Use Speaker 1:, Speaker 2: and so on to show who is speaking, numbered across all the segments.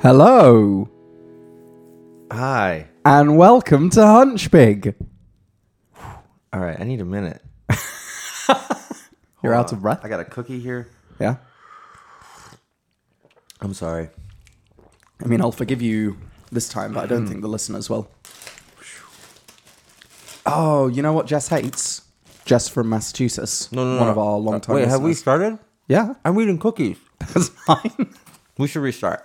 Speaker 1: Hello,
Speaker 2: Hi.
Speaker 1: and welcome to Hunchpig.
Speaker 2: All right, I need a minute.
Speaker 1: You're out of breath?
Speaker 2: I got a cookie here.
Speaker 1: Yeah.
Speaker 2: I'm sorry.
Speaker 1: I mean, I'll forgive you this time, but I don't think the listeners will. Oh, you know what Jess hates? Jess from Massachusetts.
Speaker 2: No, no, no.
Speaker 1: One of our long time
Speaker 2: Wait, have we
Speaker 1: listeners.
Speaker 2: started?
Speaker 1: Yeah,
Speaker 2: I'm eating cookies.
Speaker 1: that's fine.
Speaker 2: We should restart.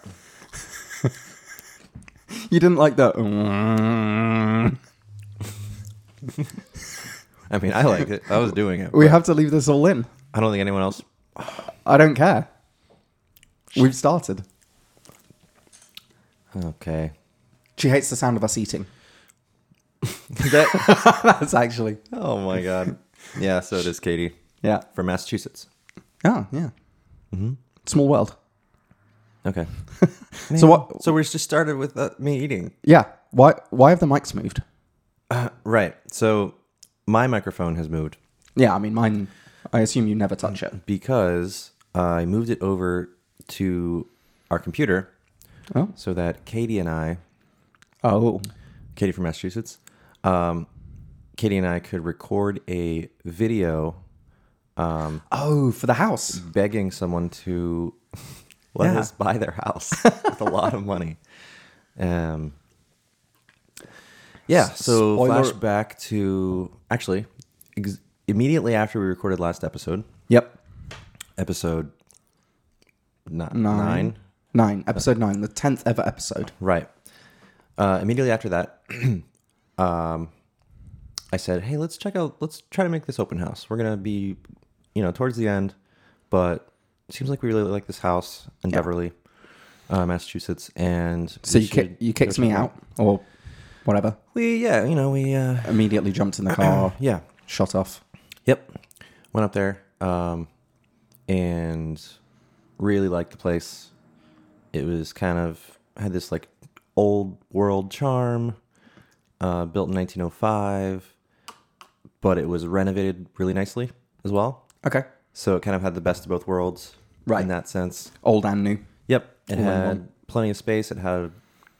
Speaker 1: You didn't like "Mm." that.
Speaker 2: I mean, I liked it. I was doing it.
Speaker 1: We have to leave this all in.
Speaker 2: I don't think anyone else.
Speaker 1: I don't care. We've started.
Speaker 2: Okay.
Speaker 1: She hates the sound of us eating.
Speaker 2: That-
Speaker 1: that's actually.
Speaker 2: oh my god. Yeah. So does Katie
Speaker 1: Yeah.
Speaker 2: from Massachusetts.
Speaker 1: Oh, yeah.
Speaker 2: Mm-hmm.
Speaker 1: Small world.
Speaker 2: Okay.
Speaker 1: So what?
Speaker 2: So we just started with uh, me eating.
Speaker 1: Yeah. Why? Why have the mics moved?
Speaker 2: Right. So my microphone has moved
Speaker 1: Yeah, I mean, mine. I assume you never touch it.
Speaker 2: because I moved it over to our computer
Speaker 1: Oh.
Speaker 2: so that Katie and I
Speaker 1: Oh.
Speaker 2: Katie from Massachusetts. Um, Katie and I could record a video um,
Speaker 1: Oh, for the house.
Speaker 2: begging someone to let
Speaker 1: Yeah.
Speaker 2: us buy their house with a lot of money. Um, yeah, so
Speaker 1: Spoiler-
Speaker 2: flashback to actually ex- immediately after we recorded last episode,
Speaker 1: Yep.
Speaker 2: episode ni- nine,
Speaker 1: Nine. Nine. Episode nine. The tenth ever episode.
Speaker 2: right? Uh, immediately after that, um, I said, "Hey, let's check out. Let's try to make this open house. We're gonna be, you know, towards the end, but it seems like we really like this house in
Speaker 1: Yeah.
Speaker 2: Beverly, uh, Massachusetts, and
Speaker 1: So
Speaker 2: we
Speaker 1: you ki-
Speaker 2: should
Speaker 1: you
Speaker 2: go
Speaker 1: kicked
Speaker 2: check
Speaker 1: me
Speaker 2: it
Speaker 1: out or whatever.
Speaker 2: We yeah, you know, we uh,
Speaker 1: Immediately jumped in the car.
Speaker 2: yeah,
Speaker 1: shot off.
Speaker 2: yep, went up there, um, and really liked the place. It was kind of had this like old world charm, uh, built in 1905, but it was renovated really nicely as well.
Speaker 1: Okay.
Speaker 2: So it kind of had the best of both worlds,
Speaker 1: Right.
Speaker 2: In that sense,
Speaker 1: Old and new.
Speaker 2: yep. It
Speaker 1: All in
Speaker 2: had plenty of space. It had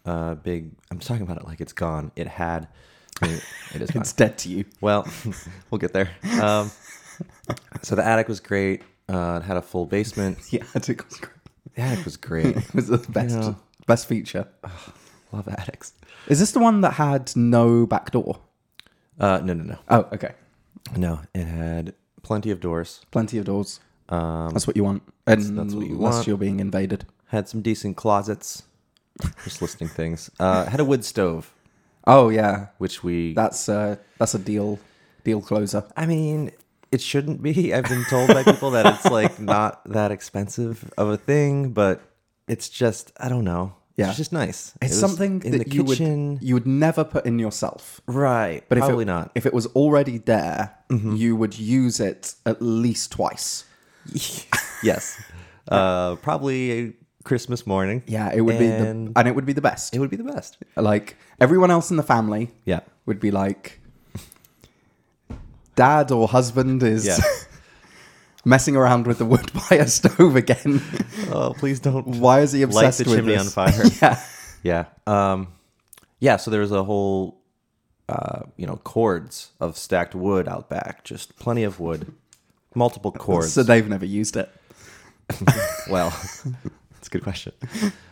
Speaker 2: a big. I'm talking about it like it's gone. It had. It is gone.
Speaker 1: It's dead to you.
Speaker 2: Well, we'll get there. Um, so the attic was great. Uh, it had a full basement.
Speaker 1: Yeah, I think it was great.
Speaker 2: The attic was great.
Speaker 1: It was the best
Speaker 2: Yeah.
Speaker 1: best feature.
Speaker 2: Love attics.
Speaker 1: Is this the one that had no back door?
Speaker 2: Uh, no, no, no,
Speaker 1: Oh, okay.
Speaker 2: no. It had plenty of doors.
Speaker 1: Plenty of doors.
Speaker 2: Um,
Speaker 1: That's what you want. And
Speaker 2: that's what you
Speaker 1: unless
Speaker 2: want.
Speaker 1: you're being invaded.
Speaker 2: had some decent closets. Just listing things. Uh, had a wood stove,
Speaker 1: Oh yeah.
Speaker 2: which we.
Speaker 1: That's uh that's a deal deal closer.
Speaker 2: I mean, it shouldn't be. I've been told by people that it's like not that expensive of a thing, but it's just I don't know.
Speaker 1: Yeah.
Speaker 2: it's just nice. It
Speaker 1: It's
Speaker 2: was
Speaker 1: something
Speaker 2: in
Speaker 1: that
Speaker 2: the
Speaker 1: you
Speaker 2: kitchen,
Speaker 1: would you would never put in yourself.
Speaker 2: right?
Speaker 1: But if
Speaker 2: probably
Speaker 1: it,
Speaker 2: not.
Speaker 1: If it was already there,
Speaker 2: Mm-hmm.
Speaker 1: you would use it at least twice.
Speaker 2: yes. Uh, probably Christmas morning.
Speaker 1: Yeah, it would be
Speaker 2: And-
Speaker 1: the and it would be the best.
Speaker 2: It would be the best.
Speaker 1: like everyone else in the family
Speaker 2: Yeah.
Speaker 1: would be like, dad or husband is
Speaker 2: Yeah.
Speaker 1: messing around with the wood fire stove again.
Speaker 2: oh, please don't.
Speaker 1: Why is he
Speaker 2: Light
Speaker 1: obsessed
Speaker 2: the
Speaker 1: with
Speaker 2: chimney
Speaker 1: this?
Speaker 2: on fire.
Speaker 1: yeah,
Speaker 2: yeah. Um, yeah. So there was a whole, uh, you know, cords of stacked wood out back. Just plenty of wood. Multiple cords.
Speaker 1: so they've never used it.
Speaker 2: well, that's a good question.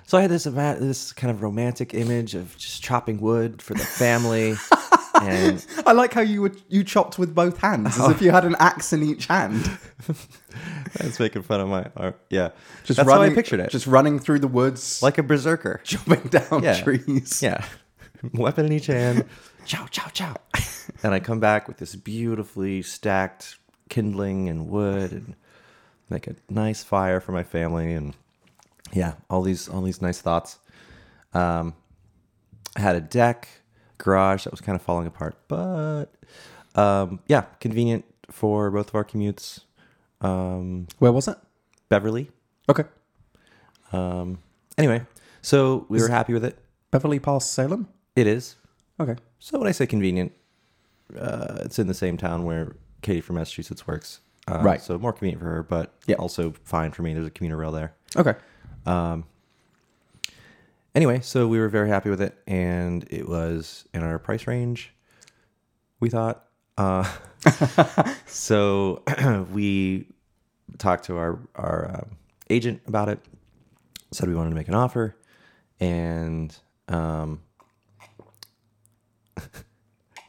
Speaker 2: So I had this ima- this kind of romantic image of just chopping wood for the family, and
Speaker 1: I like how you were you chopped with both hands, as if you had an axe in each hand.
Speaker 2: that's making fun of my art. Yeah,
Speaker 1: Just
Speaker 2: that's
Speaker 1: running,
Speaker 2: how I pictured it,
Speaker 1: Just running through the woods,
Speaker 2: like a berserker.
Speaker 1: chopping down
Speaker 2: Yeah.
Speaker 1: trees.
Speaker 2: Yeah. Weapon in each hand.
Speaker 1: Chow, chow, chow.
Speaker 2: and I come back with this beautifully stacked kindling and wood and make a nice fire for my family and yeah, all these all these nice thoughts. Um I had a deck, garage that was kind of falling apart, but um yeah, convenient for both of our commutes. Um
Speaker 1: Where was it?
Speaker 2: Beverly.
Speaker 1: Okay.
Speaker 2: Um anyway, so we were happy with it.
Speaker 1: Beverly Pass, Salem?
Speaker 2: It is.
Speaker 1: Okay.
Speaker 2: So when I say convenient, uh, it's in the same town where Katie from Massachusetts works. Uh,
Speaker 1: Right.
Speaker 2: So more convenient for her, but
Speaker 1: Yeah.
Speaker 2: also fine for me. There's a commuter rail there.
Speaker 1: Okay.
Speaker 2: Um, Anyway, so we were very happy with it, and it was in our price range. We thought. Uh, so we talked to our our um, agent about it. Said we wanted to make an offer, and um,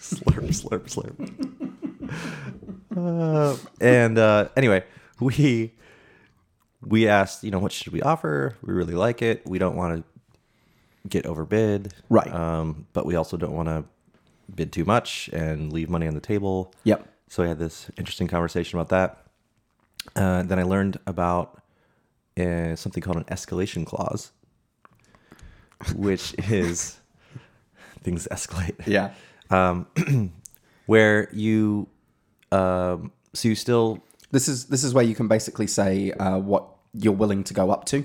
Speaker 2: slurp, slurp, slurp. Uh, and uh, anyway, we we asked, you know, what should we offer? We really like it. We don't want to get overbid,
Speaker 1: Right.
Speaker 2: Um, but we also don't want to bid too much and leave money on the table.
Speaker 1: Yep.
Speaker 2: So I had this interesting conversation about that. Uh, then I learned about uh, something called an escalation clause, which is things escalate.
Speaker 1: Yeah.
Speaker 2: Where you, um, so you still,
Speaker 1: This is this is where you can basically say uh, what you're willing to go up to,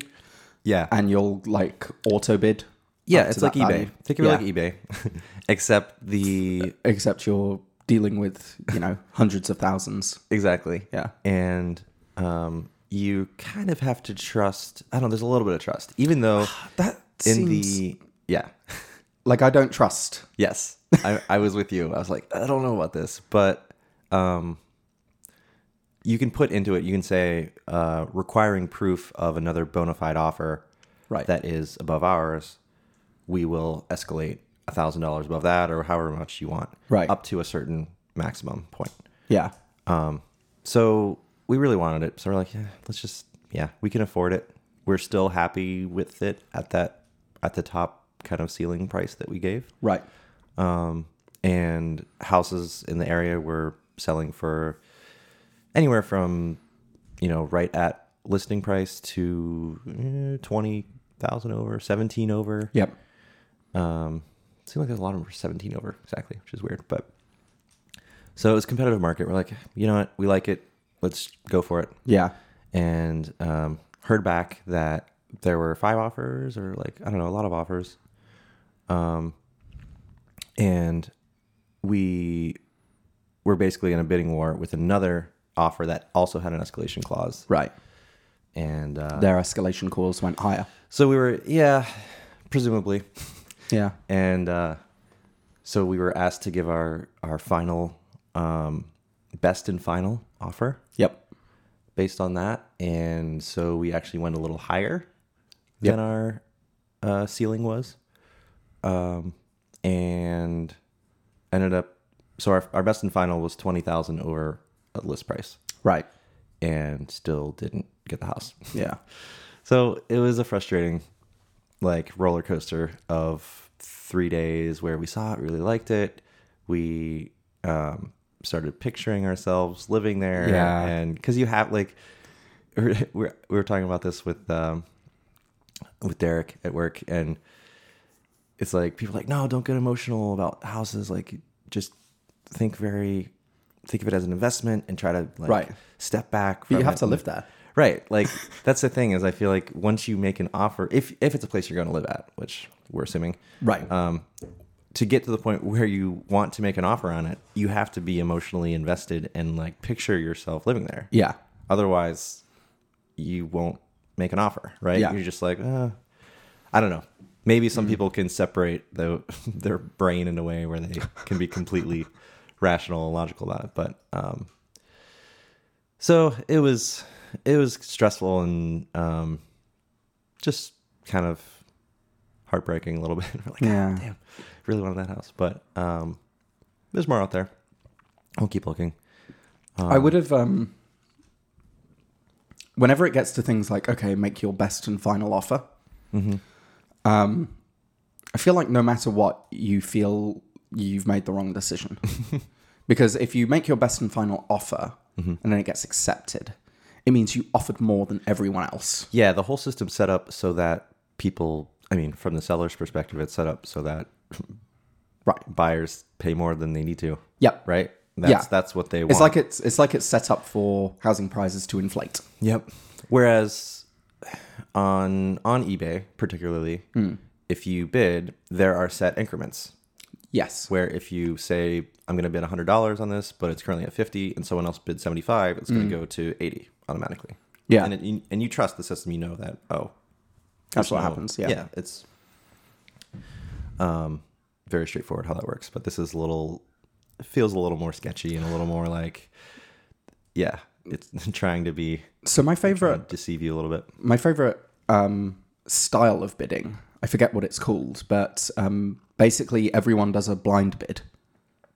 Speaker 2: yeah,
Speaker 1: and you'll like auto bid. up
Speaker 2: yeah,
Speaker 1: to
Speaker 2: it's like
Speaker 1: that
Speaker 2: eBay.
Speaker 1: value.
Speaker 2: Think of it
Speaker 1: Yeah.
Speaker 2: like eBay, except the
Speaker 1: Except you're dealing with you know hundreds of thousands.
Speaker 2: exactly,
Speaker 1: Yeah.
Speaker 2: and um, you kind of have to trust. I don't know. There's a little bit of trust, even though
Speaker 1: That
Speaker 2: in
Speaker 1: seems
Speaker 2: the yeah.
Speaker 1: like I don't trust.
Speaker 2: Yes, I, I was with you. I was like, I don't know about this, but um, you can put into it. You can say uh, requiring proof of another bona fide offer,
Speaker 1: Right.
Speaker 2: That is above ours. We will escalate a thousand dollars above that, or however much you want,
Speaker 1: Right.
Speaker 2: Up to a certain maximum point.
Speaker 1: Yeah.
Speaker 2: So we really wanted it. So we're like, yeah, let's just, yeah, we can afford it. We're still happy with it at that, at the top kind of ceiling price that we gave
Speaker 1: Right.
Speaker 2: um, and houses in the area were selling for anywhere from you know right at listing price to eh, twenty thousand over, seventeen over.
Speaker 1: Yep.
Speaker 2: Um, seemed like there's a lot of them for seventeen over exactly, which is weird, but so it was a competitive market. We're like, you know what, we like it, let's go for it
Speaker 1: Yeah.
Speaker 2: and um, heard back that there were five offers or like I don't know a lot of offers, um, and we were basically in a bidding war with another offer that also had an escalation clause,
Speaker 1: Right.
Speaker 2: and uh,
Speaker 1: Their escalation calls went higher.
Speaker 2: so we were yeah, presumably,
Speaker 1: Yeah.
Speaker 2: and uh, so we were asked to give our our final um, best and final offer
Speaker 1: Yep.
Speaker 2: based on that, and so we actually went a little higher
Speaker 1: Yep.
Speaker 2: than our uh, ceiling was, um, and ended up. So our our best and final was twenty thousand over a list price,
Speaker 1: Right.
Speaker 2: and still didn't get the house.
Speaker 1: Yeah.
Speaker 2: So it was a frustrating, like roller coaster of three days where we saw it, really liked it. We um, started picturing ourselves living there,
Speaker 1: Yeah.
Speaker 2: and because you have like, we're, we were talking about this with um, with Derek at work, and it's like people are like, no, don't get emotional about houses. Like, just think very, think of it as an investment and try to like
Speaker 1: Right.
Speaker 2: step back.
Speaker 1: But you
Speaker 2: from
Speaker 1: have
Speaker 2: it
Speaker 1: to
Speaker 2: and-
Speaker 1: live there.
Speaker 2: Right. Like that's the thing is I feel like once you make an offer, if if it's a place you're going to live at, which we're assuming,
Speaker 1: Right.
Speaker 2: um, to get to the point where you want to make an offer on it, you have to be emotionally invested and like picture yourself living there.
Speaker 1: yeah.
Speaker 2: Otherwise, you won't make an offer. Right.
Speaker 1: Yeah.
Speaker 2: You're just like, uh, I don't know. Maybe some people can separate the, their brain in a way where they can be completely rational and logical about it. But um, so it was it was stressful and um, just kind of heartbreaking a little bit. We're like,
Speaker 1: Yeah.
Speaker 2: damn, really wanted that house, but um, there's more out there. I'll keep looking.
Speaker 1: I would have. Um, whenever it gets to things like, okay, make your best and final offer, um, I feel like no matter what, you feel you've made the wrong decision. because if you make your best and final offer and then it gets accepted, it means you offered more than everyone else.
Speaker 2: Yeah, the whole system's set up so that people, I mean, from the seller's perspective, it's set up so that
Speaker 1: Right.
Speaker 2: buyers pay more than they need to,
Speaker 1: Yep.
Speaker 2: right? That's
Speaker 1: Yeah.
Speaker 2: that's what they want.
Speaker 1: It's like it's it's like it's set up for housing prices to inflate.
Speaker 2: Yep. Whereas on on eBay, particularly,
Speaker 1: Hmm.
Speaker 2: if you bid, there are set increments
Speaker 1: Yes.
Speaker 2: where if you say I'm going to bid $100 on this, but it's currently at 50 and someone else bid 75, it's going to go to 80 automatically.
Speaker 1: Hmm. Yeah.
Speaker 2: And it, and you trust the system, you know that oh,
Speaker 1: That's
Speaker 2: There's
Speaker 1: what
Speaker 2: no-
Speaker 1: happens. Yeah.
Speaker 2: Yeah. It's um very straightforward how that works. But this is a little it feels a little more sketchy and a little more like yeah, it's trying to be
Speaker 1: So my
Speaker 2: trying
Speaker 1: favorite,
Speaker 2: to deceive you a little bit.
Speaker 1: my favorite um, style of bidding. I forget what it's called, but um, basically everyone does a blind bid,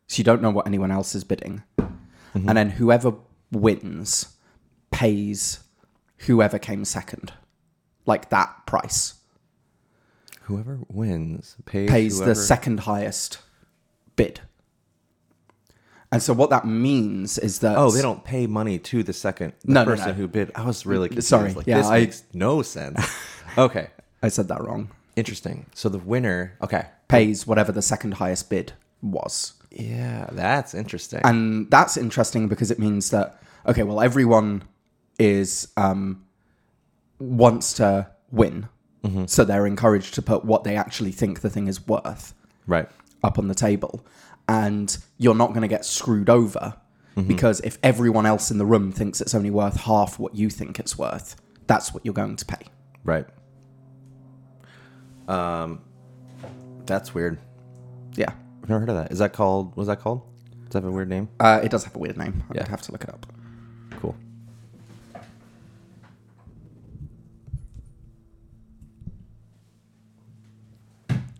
Speaker 1: so you don't know what anyone else is bidding,
Speaker 2: Mm-hmm.
Speaker 1: and then whoever wins pays whoever came second, like that price
Speaker 2: Whoever wins pays,
Speaker 1: pays
Speaker 2: whoever-
Speaker 1: the second highest bid. And so what that means is that
Speaker 2: Oh, they don't pay money to the second the
Speaker 1: No, no,
Speaker 2: person
Speaker 1: no.
Speaker 2: who bid. I was really confused.
Speaker 1: Sorry.
Speaker 2: Like,
Speaker 1: Yeah,
Speaker 2: this
Speaker 1: I-
Speaker 2: makes no sense. okay,
Speaker 1: I said that wrong.
Speaker 2: interesting. So the winner. Okay,
Speaker 1: Pays whatever the second highest bid was.
Speaker 2: yeah, that's interesting.
Speaker 1: and that's interesting because it means that okay well everyone is um wants to win so they're encouraged to put what they actually think the thing is worth
Speaker 2: right.
Speaker 1: up on the table and you're not going to get screwed over because if everyone else in the room thinks it's only worth half what you think it's worth that's what you're going to pay
Speaker 2: Right. Um, that's weird.
Speaker 1: yeah
Speaker 2: I've never heard of that. Is that called? Was that called? Does that have a weird name?
Speaker 1: uh, it does have a weird name i'd
Speaker 2: Yeah.
Speaker 1: have to look it up
Speaker 2: Cool.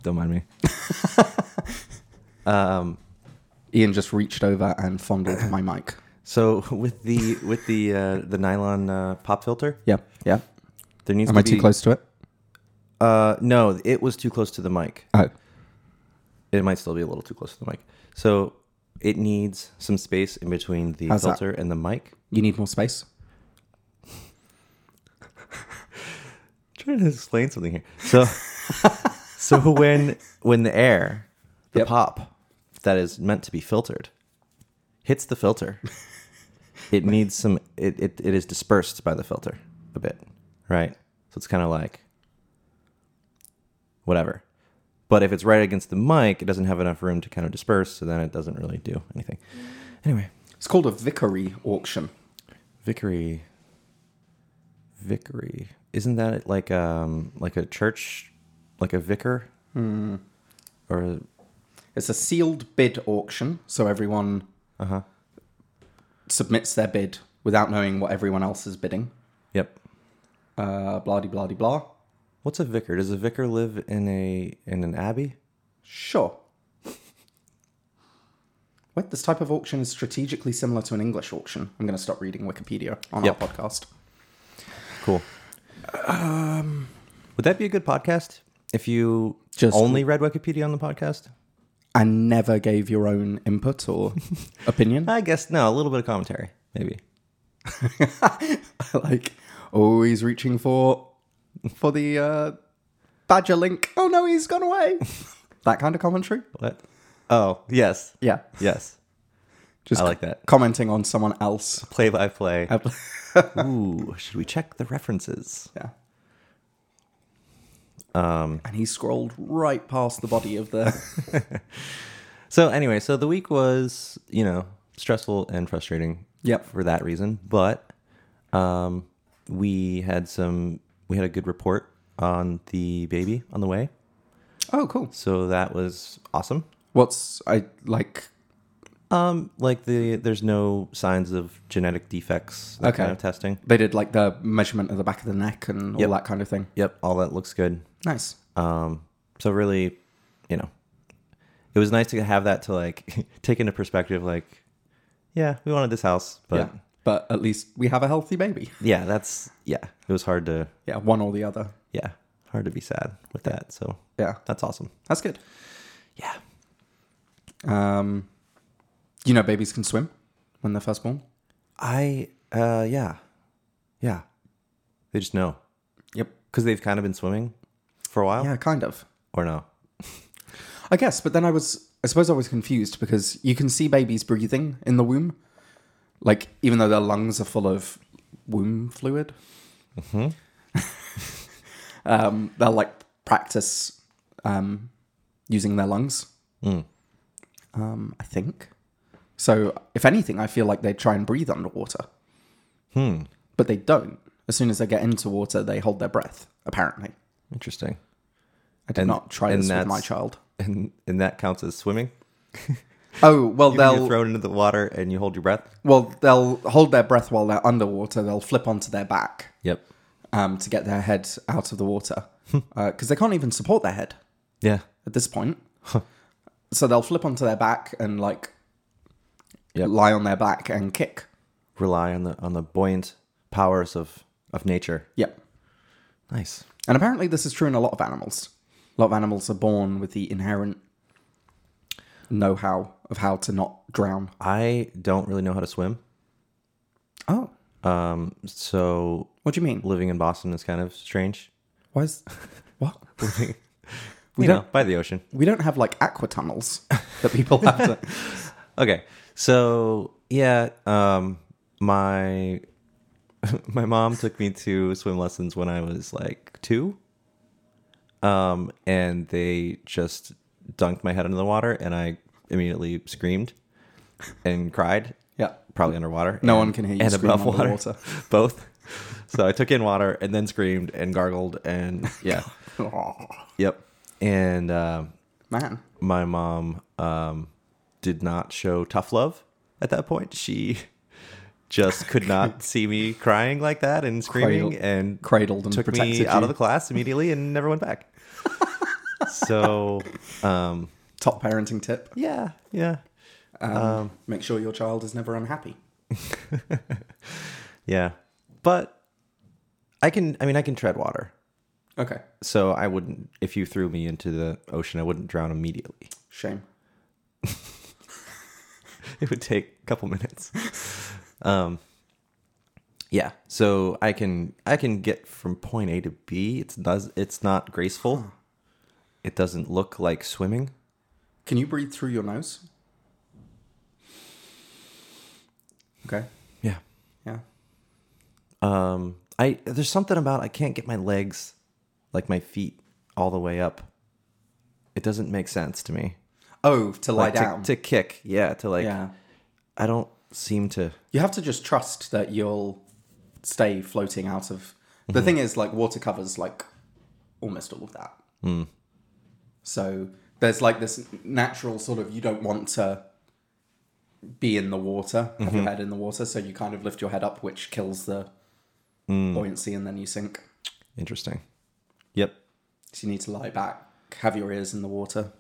Speaker 2: Don't mind me.
Speaker 1: ian just reached over and fondled my mic
Speaker 2: So with the with the uh, the nylon uh, pop filter,
Speaker 1: yeah yeah
Speaker 2: there needs
Speaker 1: am
Speaker 2: to
Speaker 1: i
Speaker 2: be
Speaker 1: too close to it
Speaker 2: Uh, no, it was too close to the mic.
Speaker 1: oh
Speaker 2: It might still be a little too close to the mic. So it needs some space in between the
Speaker 1: How's that?
Speaker 2: filter and the mic.
Speaker 1: you need more space
Speaker 2: trying to explain something here. So, so when when the air, the
Speaker 1: Yep.
Speaker 2: pop that is meant to be filtered, hits the filter, it needs some. It, it it is dispersed by the filter a bit, right? So it's kind of like whatever. But if it's right against the mic, it doesn't have enough room to kind of disperse, so then it doesn't really do anything. Anyway,
Speaker 1: It's called a vickery auction.
Speaker 2: Vickery. Vickery. Isn't that like um like a church, like a vicar?
Speaker 1: Hmm.
Speaker 2: Or
Speaker 1: It's a sealed bid auction, so everyone
Speaker 2: uh
Speaker 1: Uh-huh.
Speaker 2: huh.
Speaker 1: submits their bid without knowing what everyone else is bidding.
Speaker 2: Yep.
Speaker 1: Uh, blah de blah de blah.
Speaker 2: What's a vicar? Does a vicar live in a in an abbey?
Speaker 1: Sure. Wait, this type of auction is strategically similar to an English auction. I'm going to stop reading Wikipedia on
Speaker 2: Yep.
Speaker 1: our podcast.
Speaker 2: Cool. Um, would that be a good podcast if you
Speaker 1: Um. Just-
Speaker 2: only read Wikipedia on the podcast?
Speaker 1: And never gave your own input or opinion.
Speaker 2: I guess no. A little bit of commentary, maybe.
Speaker 1: like, oh, he's reaching for for the uh, badger link. Oh no, he's gone away. that kind of commentary.
Speaker 2: What? Oh yes,
Speaker 1: Yeah.
Speaker 2: yes.
Speaker 1: Just
Speaker 2: I like that.
Speaker 1: commenting on someone else.
Speaker 2: Play by play.
Speaker 1: I've-
Speaker 2: Ooh, should we check the references?
Speaker 1: yeah. Um, and he scrolled right past the body of the.
Speaker 2: So anyway, so the week was, you know, stressful and frustrating.
Speaker 1: Yep.
Speaker 2: For that reason, but um, we had some, we had a good report on the baby on the way,
Speaker 1: oh, cool.
Speaker 2: so that was awesome.
Speaker 1: What's I like?
Speaker 2: Um, like the there's no signs of genetic defects. That kind
Speaker 1: Okay.
Speaker 2: of testing.
Speaker 1: They did like the measurement of the back of the neck and all
Speaker 2: Yep.
Speaker 1: that kind of thing.
Speaker 2: Yep, all that looks good.
Speaker 1: Nice.
Speaker 2: Um, so really, you know, it was nice to have that to like take into perspective. Like, yeah, we wanted this house, but
Speaker 1: yeah. But at least we have a healthy baby.
Speaker 2: yeah, that's yeah. It was hard to
Speaker 1: Yeah, one or the other.
Speaker 2: yeah, hard to be sad with that. So
Speaker 1: Yeah,
Speaker 2: that's awesome.
Speaker 1: that's good.
Speaker 2: Yeah.
Speaker 1: Um, you know, babies can swim when they're first born.
Speaker 2: I uh yeah. Yeah. They just know.
Speaker 1: Yep.
Speaker 2: Cuz they've kind of been swimming for a while
Speaker 1: Yeah, kind of.
Speaker 2: or no.
Speaker 1: I guess, but then I was, I suppose I was confused because you can see babies breathing in the womb. Like, even though their lungs are full of womb fluid,
Speaker 2: Mm-hmm.
Speaker 1: um, they'll like practice um, using their lungs.
Speaker 2: Mm.
Speaker 1: Um, I think. So, if anything, I feel like they try and breathe underwater.
Speaker 2: Hmm.
Speaker 1: But they don't. As soon as they get into water, they hold their breath, apparently.
Speaker 2: Interesting.
Speaker 1: I did
Speaker 2: And-
Speaker 1: not try
Speaker 2: and
Speaker 1: this with
Speaker 2: that's-
Speaker 1: my child.
Speaker 2: And and that counts as swimming.
Speaker 1: Oh well,
Speaker 2: You're
Speaker 1: they'll
Speaker 2: thrown into the water and you hold your breath.
Speaker 1: well they'll hold their breath while they're underwater. They'll flip onto their back
Speaker 2: Yep.
Speaker 1: um, to get their head out of the water because they can't even support their head
Speaker 2: Yeah.
Speaker 1: at this point. so they'll flip onto their back and like
Speaker 2: Yep.
Speaker 1: lie on their back and kick.
Speaker 2: Rely on the on the buoyant powers of of nature.
Speaker 1: Yep.
Speaker 2: Nice.
Speaker 1: And apparently, this is true in a lot of animals. A lot of animals are born with the inherent know how of how to not drown.
Speaker 2: I don't really know how to swim.
Speaker 1: Oh,
Speaker 2: Um, so
Speaker 1: what do you mean?
Speaker 2: living in Boston is kind of strange.
Speaker 1: Why is what?
Speaker 2: We
Speaker 1: don't-
Speaker 2: know, by the ocean.
Speaker 1: We don't have like aqua tunnels that people have to.
Speaker 2: Okay. So yeah, um, my my mom took me to swim lessons when I was like two. Um, and they just dunked my head under the water, and I immediately screamed and cried,
Speaker 1: Yeah.
Speaker 2: probably underwater.
Speaker 1: No
Speaker 2: and-
Speaker 1: one can hear you
Speaker 2: and
Speaker 1: scream
Speaker 2: above water,
Speaker 1: underwater.
Speaker 2: both. So I took in water and then screamed and gargled and yeah, yep. And um,
Speaker 1: Man,
Speaker 2: my mom um, did not show tough love at that point. She just could not see me crying like that and screaming
Speaker 1: Cradled-
Speaker 2: and
Speaker 1: cradled and
Speaker 2: took
Speaker 1: protected
Speaker 2: me out
Speaker 1: you.
Speaker 2: of the class immediately and never went back. so, um,
Speaker 1: top parenting tip: um,
Speaker 2: yeah, yeah, Um,
Speaker 1: make sure your child is never unhappy.
Speaker 2: yeah. But I can, I mean, I can tread water.
Speaker 1: Okay,
Speaker 2: So I wouldn't, if you threw me into the ocean, I wouldn't drown immediately.
Speaker 1: shame.
Speaker 2: it would take a couple minutes. Um, yeah, so I can I can get from point A to B. It's does it's not graceful. It doesn't look like swimming.
Speaker 1: Can you breathe through your nose? Okay,
Speaker 2: Yeah.
Speaker 1: yeah.
Speaker 2: Um, I there's something about I can't get my legs, like my feet, all the way up. It doesn't make sense to me.
Speaker 1: Oh, to lie
Speaker 2: Like, to-
Speaker 1: down.
Speaker 2: to, kick. Yeah, to like.
Speaker 1: yeah.
Speaker 2: I don't seem to.
Speaker 1: You have to just trust that you'll stay floating out of. The thing is, like, water covers, like, almost all of that. So there's, like, this natural sort of you don't want to be in the water, have your head in the water, so you kind of lift your head up, which kills the buoyancy, and then you sink.
Speaker 2: Interesting. Yep.
Speaker 1: So you need to lie back, have your ears in the water.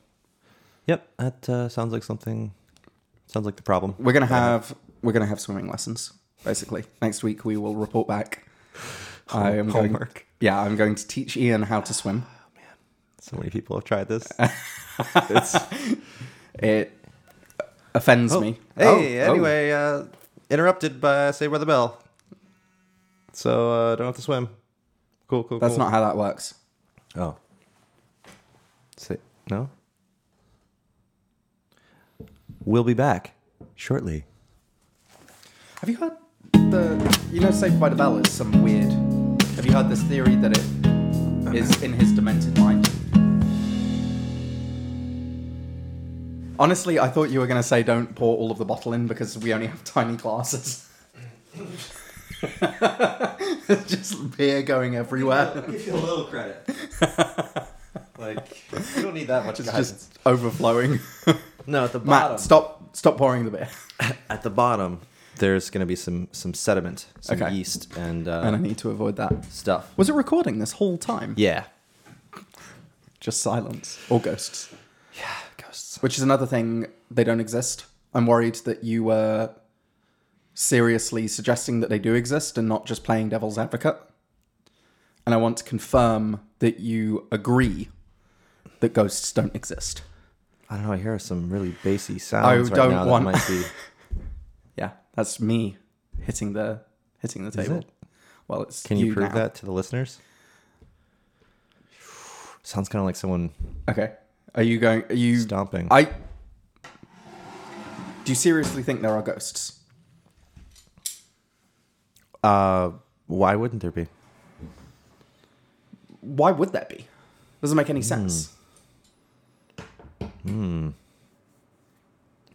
Speaker 2: Yep. That uh, sounds like something. Sounds like the problem.
Speaker 1: We're gonna have we're gonna have swimming lessons basically next week. We will report back. I am going-
Speaker 2: Homework.
Speaker 1: yeah, I'm going to teach Ian how to swim.
Speaker 2: So many people have tried this. it's,
Speaker 1: It offends me.
Speaker 2: hey,
Speaker 1: Oh, oh.
Speaker 2: anyway, uh, interrupted by Saved by the Bell. So uh, don't have to swim. Cool, cool.
Speaker 1: that's
Speaker 2: cool.
Speaker 1: not how that works.
Speaker 2: Oh. Say no. We'll be back shortly.
Speaker 1: Have you heard the you know Saved by the Bell is some weird? Have you heard this theory that it is in his demented mind? Honestly, I thought you were going to say don't pour all of the bottle in because we only have tiny glasses. Just beer going everywhere.
Speaker 2: give you a little credit. like you don't need that much
Speaker 1: It's just overflowing.
Speaker 2: no, at the bottom.
Speaker 1: Matt, stop stop pouring the beer.
Speaker 2: At the bottom, there's going to be some some sediment, some
Speaker 1: Okay.
Speaker 2: yeast, and, uh,
Speaker 1: And I need to avoid that.
Speaker 2: stuff.
Speaker 1: Was it recording this whole time?
Speaker 2: Yeah.
Speaker 1: Just silence or ghosts.
Speaker 2: Yeah, ghosts.
Speaker 1: Which is another thing, they don't exist. I'm worried that you were seriously suggesting that they do exist and not just playing devil's advocate. And I want to confirm that you agree that ghosts don't exist.
Speaker 2: I don't know. I hear some really bassy
Speaker 1: I
Speaker 2: sounds right
Speaker 1: don't
Speaker 2: now
Speaker 1: want-
Speaker 2: that might be.
Speaker 1: Yeah, that's me hitting the hitting the table.
Speaker 2: it?
Speaker 1: Well, it's
Speaker 2: Can you, prove
Speaker 1: now.
Speaker 2: that to the listeners? Sounds kind of like someone
Speaker 1: Okay. Are you going? Are you?
Speaker 2: stomping.
Speaker 1: I. Do you seriously think there are ghosts?
Speaker 2: uh, why wouldn't there be?
Speaker 1: Why would that be? Doesn't make any sense.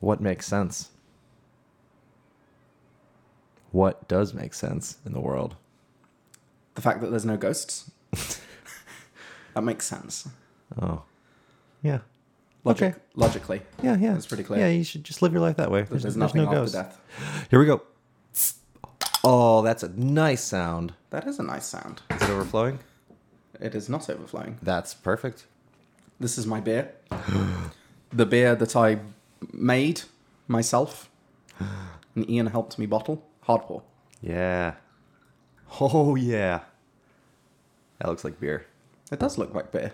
Speaker 2: What makes sense? What does make sense in the world?
Speaker 1: The fact that there's no ghosts. That makes sense.
Speaker 2: Oh, yeah,
Speaker 1: Logic,
Speaker 2: Okay.
Speaker 1: Logically,
Speaker 2: yeah, yeah.
Speaker 1: That's pretty clear.
Speaker 2: Yeah, you should just live your life that way.
Speaker 1: there's, nothing after
Speaker 2: ghosts.
Speaker 1: death.
Speaker 2: Here we go. Oh, that's a nice sound.
Speaker 1: That is a nice sound.
Speaker 2: Is it overflowing?
Speaker 1: It is not overflowing.
Speaker 2: That's perfect.
Speaker 1: This is my beer. the beer that I made myself. And Ian helped me bottle. Hard pour.
Speaker 2: Yeah. Oh yeah. That looks like beer.
Speaker 1: It does look like beer.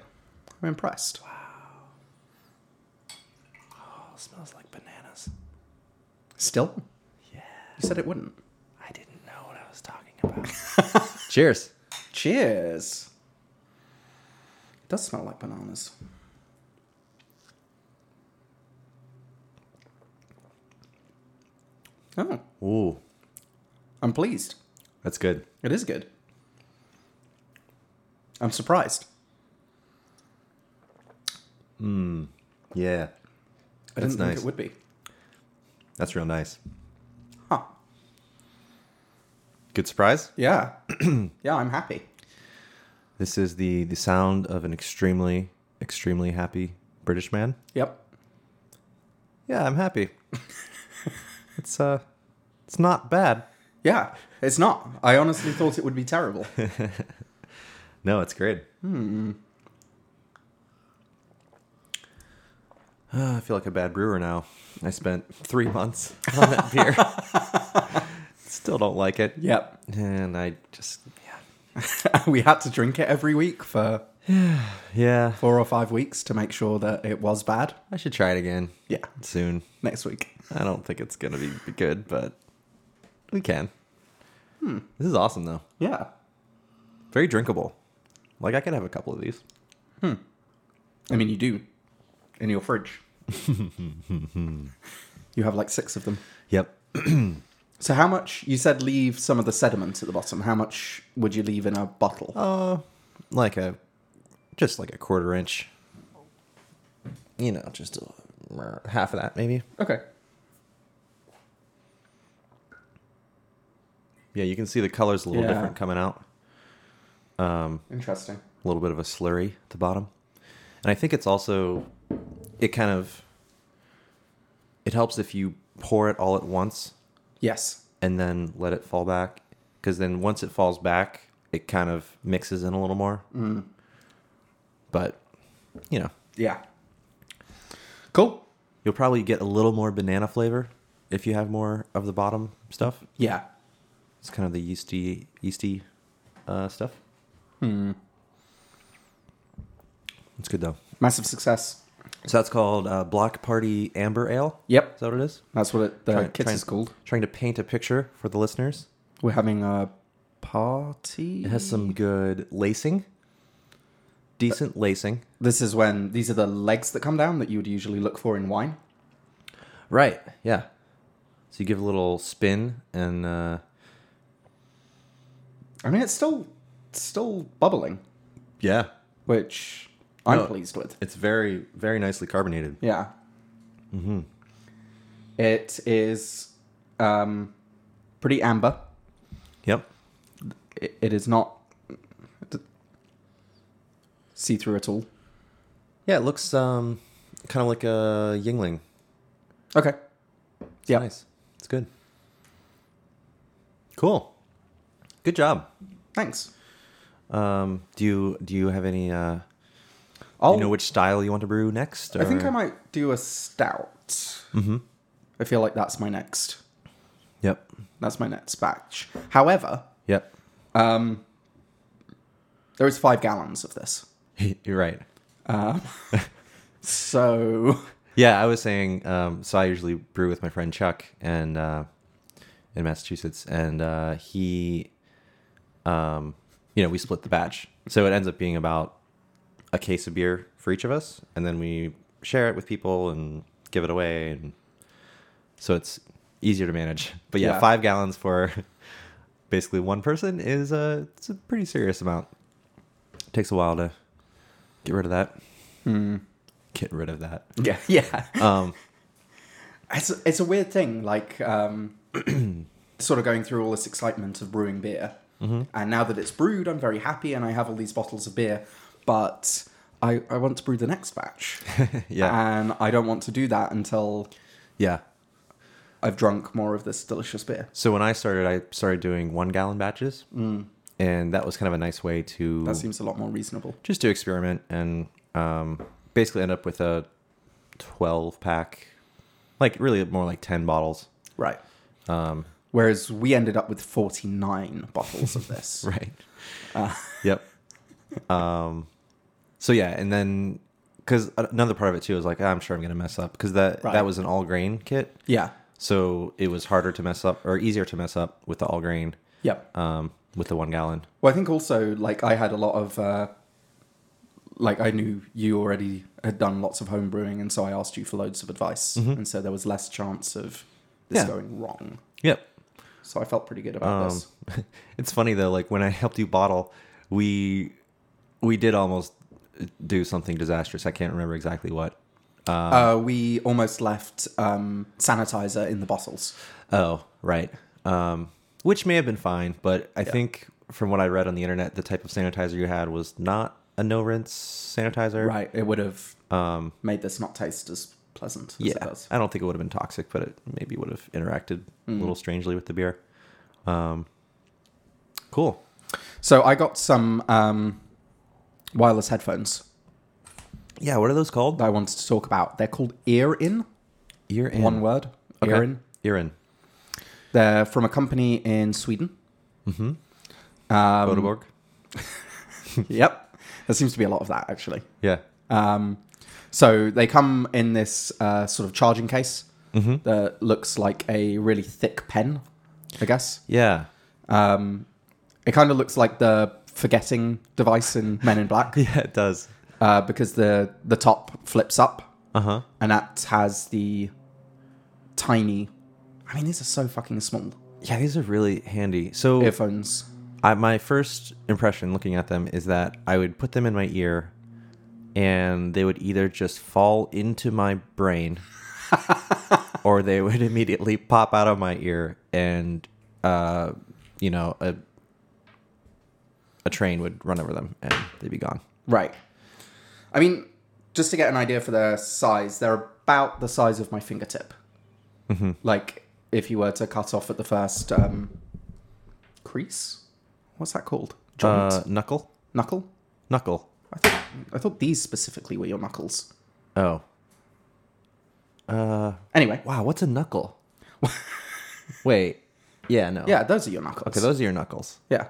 Speaker 1: I'm impressed.
Speaker 2: Oh, smells like bananas.
Speaker 1: Still?
Speaker 2: Yeah.
Speaker 1: You said it wouldn't.
Speaker 2: I didn't know what I was talking about. Cheers.
Speaker 1: Cheers. It does smell like bananas. Oh,
Speaker 2: Ooh,
Speaker 1: I'm pleased.
Speaker 2: that's good.
Speaker 1: It is good. I'm surprised.
Speaker 2: Yeah.
Speaker 1: I
Speaker 2: That's
Speaker 1: didn't think
Speaker 2: nice.
Speaker 1: it would be.
Speaker 2: That's real nice.
Speaker 1: Huh.
Speaker 2: Good surprise.
Speaker 1: Yeah. yeah, I'm happy.
Speaker 2: This is the the sound of an extremely extremely happy British man.
Speaker 1: Yep.
Speaker 2: Yeah, I'm happy. it's uh it's not bad.
Speaker 1: Yeah, it's not. I honestly thought it would be terrible.
Speaker 2: No, it's great. Hmm. Ah, I feel like a bad brewer now. I spent three months on that beer. Still don't like it.
Speaker 1: yep.
Speaker 2: And I just, yeah.
Speaker 1: we had to drink it every week for
Speaker 2: Yeah.
Speaker 1: four or five weeks to make sure that it was bad.
Speaker 2: I should try it again
Speaker 1: Yeah,
Speaker 2: soon.
Speaker 1: next week.
Speaker 2: I don't think it's going to be good, but we can. This is awesome, though.
Speaker 1: Yeah.
Speaker 2: Very drinkable. Like, I could have a couple of these.
Speaker 1: I mean, you do in your fridge. you have like six of them.
Speaker 2: Yep.
Speaker 1: So, how much? You said leave some of the sediment at the bottom. How much would you leave in a bottle?
Speaker 2: Uh, like a, just like a quarter inch. You know, just a, uh, half of that maybe.
Speaker 1: okay.
Speaker 2: Yeah, you can see the colors a little
Speaker 1: Yeah.
Speaker 2: different coming out.
Speaker 1: Interesting.
Speaker 2: A little bit of a slurry at the bottom, and I think it's also, it kind of, it helps if you pour it all at once
Speaker 1: Yes.
Speaker 2: and then let it fall back, because then once it falls back, it kind of mixes in a little more. But, you know,
Speaker 1: Yeah. Cool.
Speaker 2: You'll probably get a little more banana flavor if you have more of the bottom stuff.
Speaker 1: Yeah.
Speaker 2: It's kind of the yeasty, yeasty uh, stuff. Hmm. It's good though.
Speaker 1: Massive success.
Speaker 2: So that's called uh, Block Party Amber Ale.
Speaker 1: Yep.
Speaker 2: Is that what it is?
Speaker 1: That's what it, the
Speaker 2: Trying-
Speaker 1: kit
Speaker 2: trying-
Speaker 1: is called.
Speaker 2: Trying to paint a picture for the listeners.
Speaker 1: We're having a party.
Speaker 2: It has some good lacing, decent lacing.
Speaker 1: This is when these are the legs that come down that you would usually look for in wine.
Speaker 2: Right. Yeah. So you give a little spin and uh,
Speaker 1: I mean, it's still still bubbling,
Speaker 2: yeah,
Speaker 1: which I'm
Speaker 2: No.
Speaker 1: pleased with.
Speaker 2: it's very very nicely carbonated.
Speaker 1: Yeah. Mm-hmm. is um, pretty amber.
Speaker 2: Yep.
Speaker 1: It, it is not see through at all.
Speaker 2: Yeah, it looks um, kind of like a Yingling.
Speaker 1: Okay.
Speaker 2: It's
Speaker 1: Yeah.
Speaker 2: nice. It's good. Cool. Good job.
Speaker 1: Thanks.
Speaker 2: Um, do you do you have any? Uh, do
Speaker 1: I'll,
Speaker 2: you know which style you want to brew next?
Speaker 1: I think
Speaker 2: or-
Speaker 1: I might do a stout. Mm-hmm. I feel like that's my next.
Speaker 2: Yep.
Speaker 1: That's my next batch. However,
Speaker 2: Yep.
Speaker 1: Um, there is five gallons of this.
Speaker 2: You're right.
Speaker 1: So,
Speaker 2: Yeah, I was saying. Um, so I usually brew with my friend Chuck and uh, in Massachusetts, and uh, he, um, you know, we split the batch, so it ends up being about a case of beer for each of us, and then we share it with people and give it away, and so it's easier to manage. But yeah,
Speaker 1: Yeah.
Speaker 2: five gallons for basically one person is a it's a pretty serious amount. takes a while to get rid of that. Get rid of that.
Speaker 1: yeah, yeah.
Speaker 2: Um,
Speaker 1: It's it's a weird thing, like um, sort of going through all Mm-hmm. this excitement of brewing beer, and now that it's brewed, I'm very happy, and I have all these bottles of beer. but I, I want to brew the next batch.
Speaker 2: yeah.
Speaker 1: And I don't want to do that until
Speaker 2: yeah.
Speaker 1: I've drunk more of this delicious beer.
Speaker 2: So when I started, I started doing one gallon batches, and that was kind of a nice way to
Speaker 1: That seems a lot more reasonable.
Speaker 2: just to experiment and um, basically end up with a twelve pack, like really more like ten bottles.
Speaker 1: Right.
Speaker 2: Um,
Speaker 1: Whereas we ended up with 49 bottles of this.
Speaker 2: Right. Uh. yep. Um, so yeah, and then because another part of it too is like I'm sure I'm gonna mess up because that
Speaker 1: Right.
Speaker 2: that was an all grain kit,
Speaker 1: Yeah.
Speaker 2: so it was harder to mess up or easier to mess up with the all grain
Speaker 1: Yep.
Speaker 2: um, with the one gallon.
Speaker 1: Well, I think also like I had a lot of uh, like I knew you already had done lots of home brewing, and so I asked you for loads of advice, and so there was less chance of this
Speaker 2: Mm-hmm. Yeah.
Speaker 1: going wrong.
Speaker 2: Yep.
Speaker 1: So I felt pretty good about
Speaker 2: Um,
Speaker 1: this.
Speaker 2: it's funny though, like when I helped you bottle, we we did almost do something disastrous. I can't remember exactly what. oh.
Speaker 1: Uh, we almost left um, sanitizer in the bottles.
Speaker 2: Oh, right. Um, which may have been fine, but I think from what I read on the internet, the type of sanitizer you had was not a no rinse sanitizer.
Speaker 1: Right, it would have
Speaker 2: Um,
Speaker 1: made this not taste as pleasant as it
Speaker 2: yeah.
Speaker 1: does.
Speaker 2: I don't think it would have been toxic, but it maybe would have interacted a little strangely with the beer. Um, cool.
Speaker 1: So I got some um, wireless headphones
Speaker 2: Yeah. What are those called?
Speaker 1: that I wanted to talk about. They're called Ear In.
Speaker 2: Ear in.
Speaker 1: One word.
Speaker 2: Okay.
Speaker 1: Ear In.
Speaker 2: Ear in.
Speaker 1: They're from a company in Sweden.
Speaker 2: Um,
Speaker 1: Mm-hmm. Um,
Speaker 2: Bodeborg.
Speaker 1: yep. There seems to be a lot of that, actually.
Speaker 2: Yeah.
Speaker 1: Um, so they come in this uh, sort of charging case
Speaker 2: Mm-hmm.
Speaker 1: that looks like a really thick pen, I guess.
Speaker 2: Yeah.
Speaker 1: Um, it kind of looks like the forgetting device in Men in Black
Speaker 2: Yeah. It does.
Speaker 1: uh, because the, the top flips up
Speaker 2: Uh huh.
Speaker 1: and that has the tiny. I mean, these are so fucking small
Speaker 2: Yeah, these are really handy. So
Speaker 1: earphones.
Speaker 2: I, my first impression looking at them is that I would put them in my ear, and they would either just fall into my brain, or they would immediately pop out of my ear, and uh, you know, a a train would run over them, and they'd be gone.
Speaker 1: Right. I mean, just to get an idea for their size, they're about the size of my fingertip.
Speaker 2: Mm-hmm.
Speaker 1: Like, if you were to cut off at the first um, crease, what's that called? Joint?
Speaker 2: Uh, knuckle,
Speaker 1: Knuckle?
Speaker 2: knuckle.
Speaker 1: I thought, I thought these specifically were your knuckles.
Speaker 2: Oh. Uh,
Speaker 1: Anyway,
Speaker 2: wow, what's a knuckle? Wait, yeah, no.
Speaker 1: yeah, those are your knuckles.
Speaker 2: Okay, those are your knuckles.
Speaker 1: Yeah.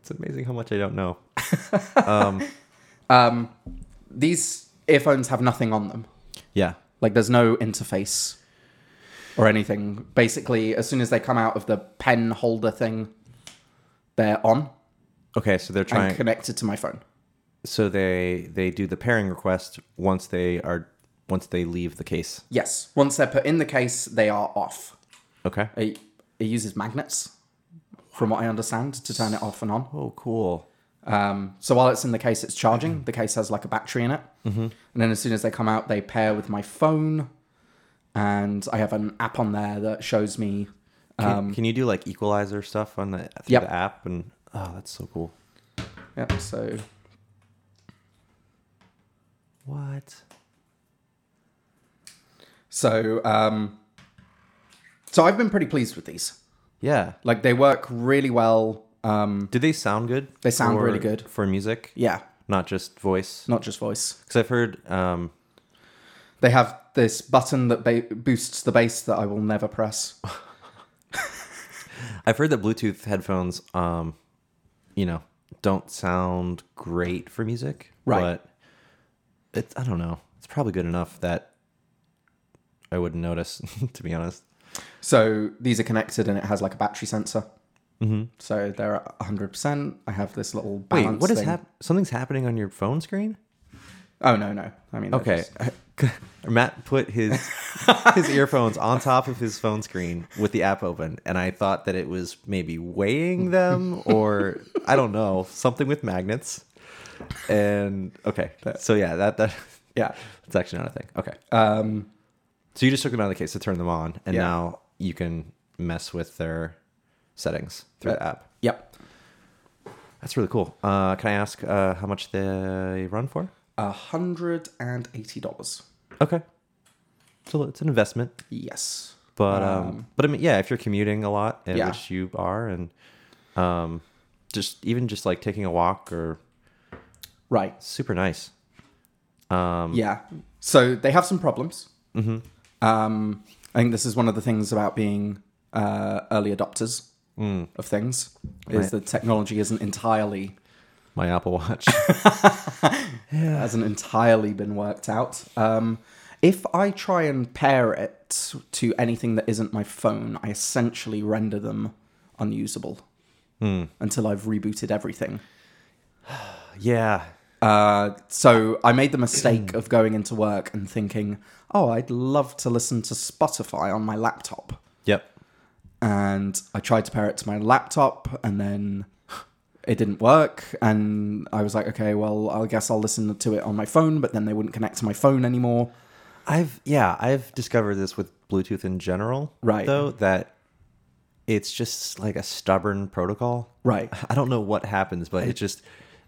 Speaker 2: It's amazing how much I don't know.
Speaker 1: Um, these earphones have nothing on them.
Speaker 2: Yeah.
Speaker 1: Like, there's no interface or anything. Basically, as soon as they come out of the pen holder thing, they're on.
Speaker 2: Okay, so they're
Speaker 1: and
Speaker 2: trying.
Speaker 1: connected to my phone.
Speaker 2: so they they do the pairing request once they are once they leave the case.
Speaker 1: Yes. Once they're put in the case, they are off.
Speaker 2: Okay.
Speaker 1: It, it uses magnets, from what I understand, to turn it off and on.
Speaker 2: Oh, cool.
Speaker 1: Um, so while it's in the case, it's charging. The case has like a battery in it. Mm-hmm. And then as soon as they come out, they pair with my phone. And I have an app on there that shows me.
Speaker 2: Can, can you do like equalizer stuff on the through
Speaker 1: Yep.
Speaker 2: the app? And oh, that's so cool.
Speaker 1: Yep. So
Speaker 2: What?
Speaker 1: so um, so I've been pretty pleased with these.
Speaker 2: Yeah.
Speaker 1: Like they work really well. Um,
Speaker 2: Do they sound good?
Speaker 1: They sound
Speaker 2: for-
Speaker 1: really good.
Speaker 2: for music,
Speaker 1: yeah.
Speaker 2: not just voice.
Speaker 1: Not just voice.
Speaker 2: Because I've heard. Um,
Speaker 1: They have this button that ba- boosts the bass that I will never press.
Speaker 2: I've heard that Bluetooth headphones, um, you know, don't sound great for music.
Speaker 1: Right.
Speaker 2: But it's I don't know. It's probably good enough that I wouldn't notice, to be honest.
Speaker 1: So these are connected and it has like a battery sensor. Mm-hmm. So they're at 100%. I have this little
Speaker 2: Wait,
Speaker 1: balance
Speaker 2: what is
Speaker 1: thing.
Speaker 2: hap- something's happening on your phone screen?
Speaker 1: Oh, no, no. I mean, they're
Speaker 2: Okay.
Speaker 1: just-
Speaker 2: Matt put his his earphones on top of his phone screen with the app open, and I thought that it was maybe weighing them or I don't know, something with magnets. And okay. So yeah, that that
Speaker 1: yeah.
Speaker 2: It's actually not a thing. Okay.
Speaker 1: Um,
Speaker 2: So you just took them out of the case to turn them on, and
Speaker 1: Yeah.
Speaker 2: now you can mess with their settings through the app.
Speaker 1: yep.
Speaker 2: That's really cool. Uh, can I ask uh, how much they run for?
Speaker 1: hundred and eighty dollars.
Speaker 2: Okay. So it's an investment,
Speaker 1: Yes.
Speaker 2: but um, but I mean, yeah, if you're commuting a lot, and
Speaker 1: Yeah.
Speaker 2: which you are, and um, just even just like taking a walk or
Speaker 1: Right.
Speaker 2: super nice.
Speaker 1: Yeah. So they have some problems. Mm-hmm. Um, I think this is one of the things about being uh, early adopters of things is
Speaker 2: Right.
Speaker 1: that technology isn't entirely
Speaker 2: My Apple Watch.
Speaker 1: hasn't entirely been worked out. Um, if I try and pair it to anything that isn't my phone, I essentially render them unusable until I've rebooted everything.
Speaker 2: yeah.
Speaker 1: Uh, so I made the mistake of going into work and thinking, "Oh, I'd love to listen to Spotify on my laptop."
Speaker 2: Yep.
Speaker 1: and I tried to pair it to my laptop, and then it didn't work. And I was like, okay, well, I guess I'll listen to it on my phone, but then they wouldn't connect to my phone anymore.
Speaker 2: I've yeah, I've discovered this with Bluetooth in general,
Speaker 1: Right.
Speaker 2: Though that it's just like a stubborn protocol,
Speaker 1: Right.
Speaker 2: I don't know what happens, but it just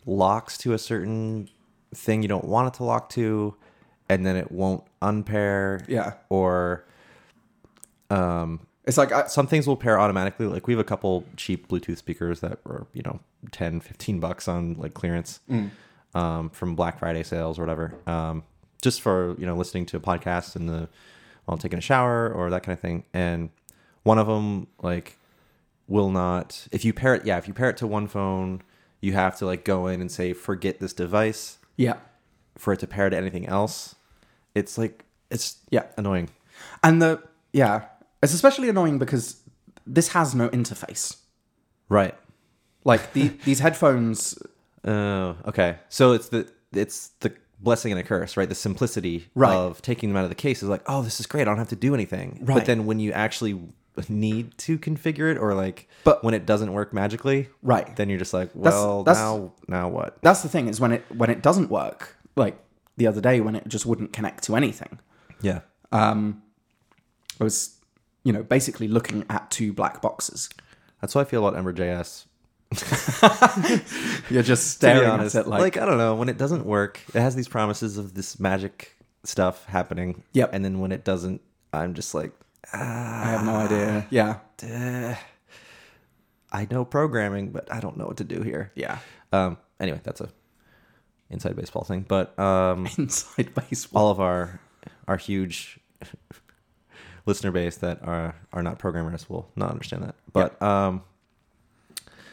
Speaker 2: locks to a certain thing you don't want it to lock to, and then it won't unpair.
Speaker 1: Yeah.
Speaker 2: Or
Speaker 1: It's like, I,
Speaker 2: some things will pair automatically. Like we have a couple cheap Bluetooth speakers that were, you know, 10, 15 bucks on like clearance um, from Black Friday sales or whatever. Um, just for, you know, listening to podcasts and the while taking a shower or that kind of thing. And one of them like will not if you pair it yeah, if you pair it to one phone, you have to like go in and say forget this device
Speaker 1: yeah.
Speaker 2: for it to pair to anything else. It's like it's
Speaker 1: Yeah.
Speaker 2: annoying.
Speaker 1: And the, yeah, it's especially annoying because this has no interface.
Speaker 2: Right.
Speaker 1: Like, the, these headphones,
Speaker 2: Oh, okay. So it's the it's the blessing and a curse, right? The simplicity
Speaker 1: Right.
Speaker 2: of taking them out of the case is like, oh, this is great. I don't have to do anything. But
Speaker 1: Right.
Speaker 2: then when you actually need to configure it, or like,
Speaker 1: But-
Speaker 2: when it doesn't work magically,
Speaker 1: Right.
Speaker 2: Then you're just like,
Speaker 1: That's-
Speaker 2: well,
Speaker 1: that's-
Speaker 2: now now what?
Speaker 1: that's the thing is when it, when it doesn't work, like the other day when it just wouldn't connect to anything, Um,
Speaker 2: Yeah.
Speaker 1: I was, you know, basically looking at two black boxes.
Speaker 2: That's how I feel about Ember.js.
Speaker 1: You're just
Speaker 2: To be
Speaker 1: staring
Speaker 2: honest,
Speaker 1: at it
Speaker 2: like, I don't know, when it doesn't work, it has these promises of this magic stuff happening.
Speaker 1: Yep.
Speaker 2: And then when it doesn't, I'm just like,
Speaker 1: I have no idea. "Ah, Yeah.
Speaker 2: "Duh. "Ah, I know programming, but I don't know what to do here.
Speaker 1: Yeah.
Speaker 2: Um, anyway, that's a inside baseball thing. But um,
Speaker 1: Inside baseball.
Speaker 2: all of our our huge listener base that are are not programmers will not understand that. But um,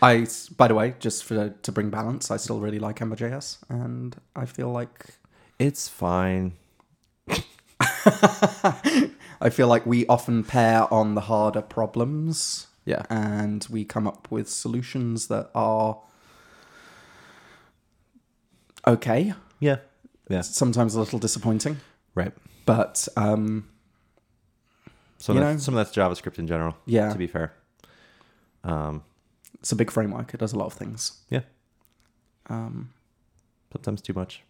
Speaker 1: I, s- by the way, just for to bring balance, I still really like Ember.js, and I feel like
Speaker 2: it's fine.
Speaker 1: I feel like we often pair on the harder problems,
Speaker 2: Yeah.
Speaker 1: and we come up with solutions that are okay,
Speaker 2: Yeah. Yeah.
Speaker 1: sometimes a little disappointing,
Speaker 2: Right.
Speaker 1: but um,
Speaker 2: So
Speaker 1: You
Speaker 2: that's,
Speaker 1: know-
Speaker 2: some of that's JavaScript in general.
Speaker 1: Yeah.
Speaker 2: To be fair. Um,
Speaker 1: it's a big framework. It does a lot of things.
Speaker 2: Yeah.
Speaker 1: Um,
Speaker 2: sometimes too much.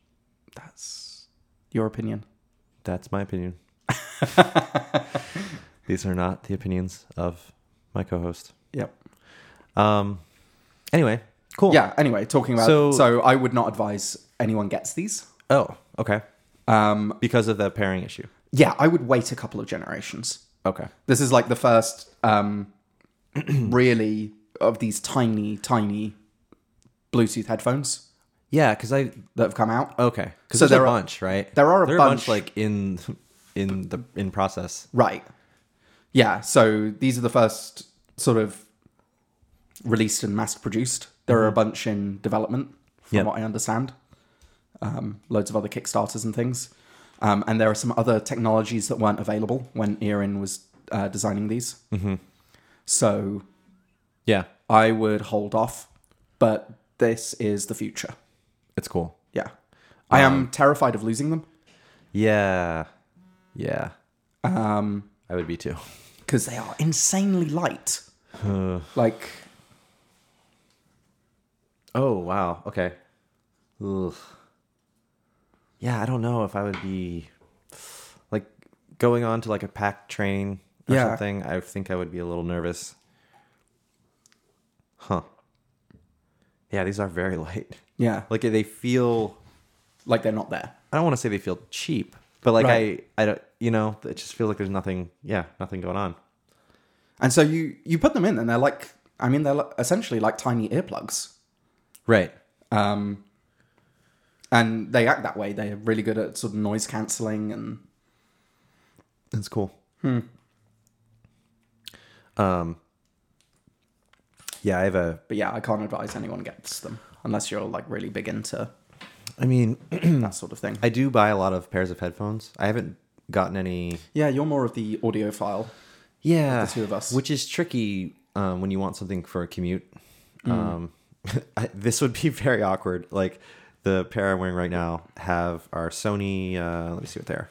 Speaker 1: that's your opinion.
Speaker 2: That's my opinion. These are not the opinions of my co-host.
Speaker 1: Yep.
Speaker 2: Um. Anyway, cool.
Speaker 1: Yeah. Anyway, talking about
Speaker 2: So-
Speaker 1: so I would not advise anyone gets these.
Speaker 2: Oh, okay.
Speaker 1: Um,
Speaker 2: Because of the pairing issue.
Speaker 1: yeah, I would wait a couple of generations.
Speaker 2: Okay.
Speaker 1: This is like the first, um, really, of these tiny, tiny Bluetooth headphones
Speaker 2: Yeah, because I
Speaker 1: that have come out.
Speaker 2: okay. Because
Speaker 1: So
Speaker 2: there's
Speaker 1: there
Speaker 2: a
Speaker 1: are-
Speaker 2: bunch, right?
Speaker 1: there are a bunch.
Speaker 2: like in in the in process.
Speaker 1: Right. Yeah. So these are the first sort of released and mass produced. There are a bunch in development, from
Speaker 2: Yep.
Speaker 1: what I understand. Um, loads of other Kickstarters and things. Um, and there are some other technologies that weren't available when Erin was uh, designing these. So
Speaker 2: Yeah,
Speaker 1: I would hold off, but this is the future.
Speaker 2: it's cool.
Speaker 1: Yeah. I am terrified of losing them
Speaker 2: Yeah, yeah.
Speaker 1: um,
Speaker 2: I would be too.
Speaker 1: because they are insanely light. like,
Speaker 2: Oh wow. Okay. Ugh. Yeah, I don't know if I would be like going on to like a packed train or
Speaker 1: Yeah.
Speaker 2: something. I think I would be a little nervous. Huh. Yeah, these are very light.
Speaker 1: Yeah. Like,
Speaker 2: Like they feel.
Speaker 1: like they're not there.
Speaker 2: I don't want to say they feel cheap, but like
Speaker 1: Right.
Speaker 2: I, I don't. You know, it just feels like there's nothing. Yeah, nothing going on.
Speaker 1: And so you you put them in, and they're like, I mean, they're like- essentially like tiny earplugs.
Speaker 2: Right.
Speaker 1: Um, and they act that way. They're really good at sort of noise cancelling, and
Speaker 2: That's cool. Hmm. Um. Yeah, I have a.
Speaker 1: but yeah, I can't advise anyone gets them unless you're like really big into
Speaker 2: I mean,
Speaker 1: that sort of thing.
Speaker 2: I do buy a lot of pairs of headphones. I haven't gotten any.
Speaker 1: Yeah, you're more of the audiophile.
Speaker 2: Yeah,
Speaker 1: the two of us.
Speaker 2: which is tricky um, when you want something for a commute.
Speaker 1: Mm.
Speaker 2: Um, I, this would be very awkward. Like the pair I'm wearing right now have our Sony. Uh, let me see what they're.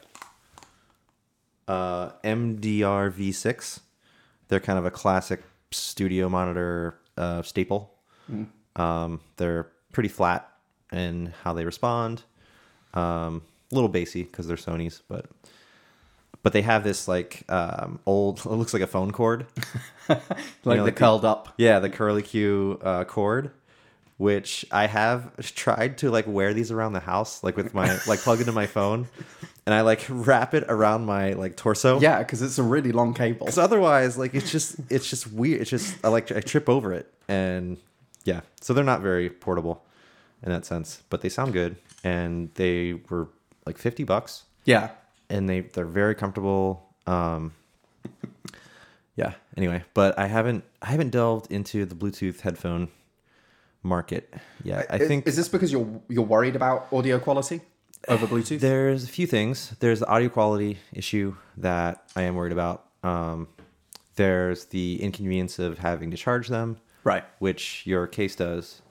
Speaker 2: Uh, MDR V6. They're kind of a classic studio monitor uh, staple.
Speaker 1: Mm.
Speaker 2: Um, they're pretty flat in how they respond. Um, a little bassy because they're Sony's, but but they have this like um, old. It looks like a phone cord.
Speaker 1: Like
Speaker 2: know,
Speaker 1: the
Speaker 2: like the-
Speaker 1: curled up.
Speaker 2: Yeah, the curly Q uh, cord, which I have tried to like wear these around the house, like with my like plug into my phone, and I like wrap it around my like torso.
Speaker 1: Yeah, because it's a really long cable.
Speaker 2: Because otherwise, like it's just it's just weird. It's just I like I trip over it, and yeah. So they're not very portable in that sense, but they sound good, and they were like fifty bucks,
Speaker 1: Yeah.
Speaker 2: and they they're very comfortable. Um, yeah. Anyway, but I haven't I haven't delved into the Bluetooth headphone market yet. I
Speaker 1: Is-
Speaker 2: think
Speaker 1: is this because you're you're worried about audio quality over Bluetooth?
Speaker 2: There's a few things. There's the audio quality issue that I am worried about. Um, there's the inconvenience of having to charge them,
Speaker 1: Right.
Speaker 2: which your case does.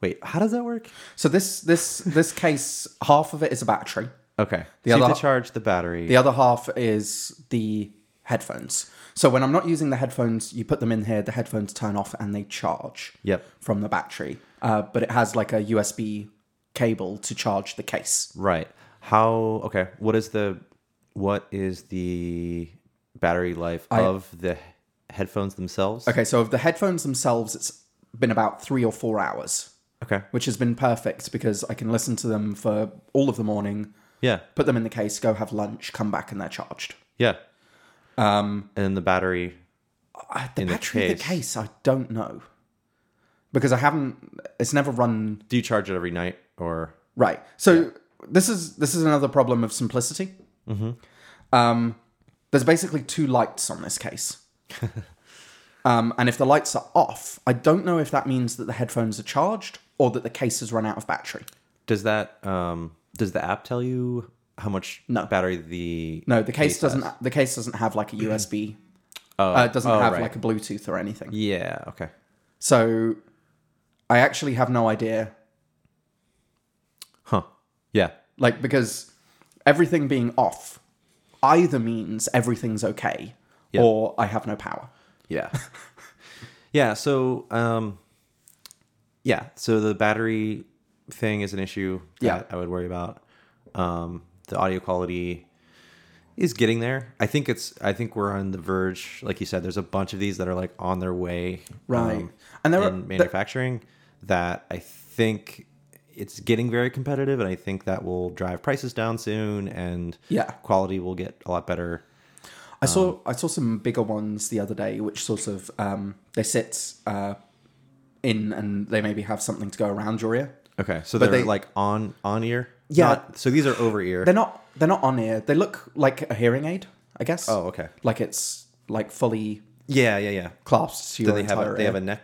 Speaker 2: Wait, how does that work?
Speaker 1: So this this this case, half of it is a battery.
Speaker 2: Okay,
Speaker 1: The
Speaker 2: so you
Speaker 1: other-
Speaker 2: have to charge the battery.
Speaker 1: The other half is the headphones. So when I'm not using the headphones, you put them in here. The headphones turn off and they charge.
Speaker 2: Yep.
Speaker 1: From the battery, uh, but it has like a USB cable to charge the case.
Speaker 2: right. How? Okay. What is the what is the battery life of the headphones themselves?
Speaker 1: Okay, so of the headphones themselves, it's been about three or four hours,
Speaker 2: Okay.
Speaker 1: which has been perfect because I can listen to them for all of the morning,
Speaker 2: Yeah.
Speaker 1: put them in the case, go have lunch, come back, and they're charged.
Speaker 2: Yeah. Um, and then the battery.
Speaker 1: I, Uh, the
Speaker 2: the
Speaker 1: battery of the
Speaker 2: case.
Speaker 1: case, I don't know because I haven't. It's never run
Speaker 2: Do you charge it every night or?
Speaker 1: Right. So this is this is another problem of simplicity. Mm-hmm. Um, there's basically two lights on this case, um, and if the lights are off, I don't know if that means that the headphones are charged or that the case has run out of battery.
Speaker 2: Does that um does the app tell you how much
Speaker 1: No.
Speaker 2: battery the
Speaker 1: No, the case,
Speaker 2: has?
Speaker 1: doesn't. The case doesn't have like a USB.
Speaker 2: Mm-hmm. Oh,
Speaker 1: Uh, it doesn't
Speaker 2: oh,
Speaker 1: have
Speaker 2: right.
Speaker 1: like a Bluetooth or anything.
Speaker 2: Yeah, okay.
Speaker 1: So I actually have no idea
Speaker 2: Huh. Yeah.
Speaker 1: Like, because everything being off either means everything's okay
Speaker 2: Yeah.
Speaker 1: or I have no power.
Speaker 2: Yeah. yeah, so um yeah, so the battery thing is an issue
Speaker 1: Yeah.
Speaker 2: that I would worry about. Um the audio quality is getting there. I think it's I think we're on the verge, like you said, there's a bunch of these that are like on their way. um,
Speaker 1: and there are,
Speaker 2: in
Speaker 1: there-
Speaker 2: manufacturing that I think it's getting very competitive, and I think that will drive prices down soon, and
Speaker 1: Yeah.
Speaker 2: quality will get a lot better.
Speaker 1: I saw
Speaker 2: Um,
Speaker 1: I saw some bigger ones the other day, which sort of um, they sit uh, in and they maybe have something to go around your ear.
Speaker 2: Okay, so they're
Speaker 1: they-
Speaker 2: like on on ear.
Speaker 1: Yeah.
Speaker 2: Not- so these are over ear.
Speaker 1: They're not they're not on ear. They look like a hearing aid, I guess.
Speaker 2: Oh, okay.
Speaker 1: Like it's like fully
Speaker 2: Yeah, yeah, yeah.
Speaker 1: clasped to your
Speaker 2: Do they have
Speaker 1: entire
Speaker 2: a, they
Speaker 1: ear.
Speaker 2: have a neck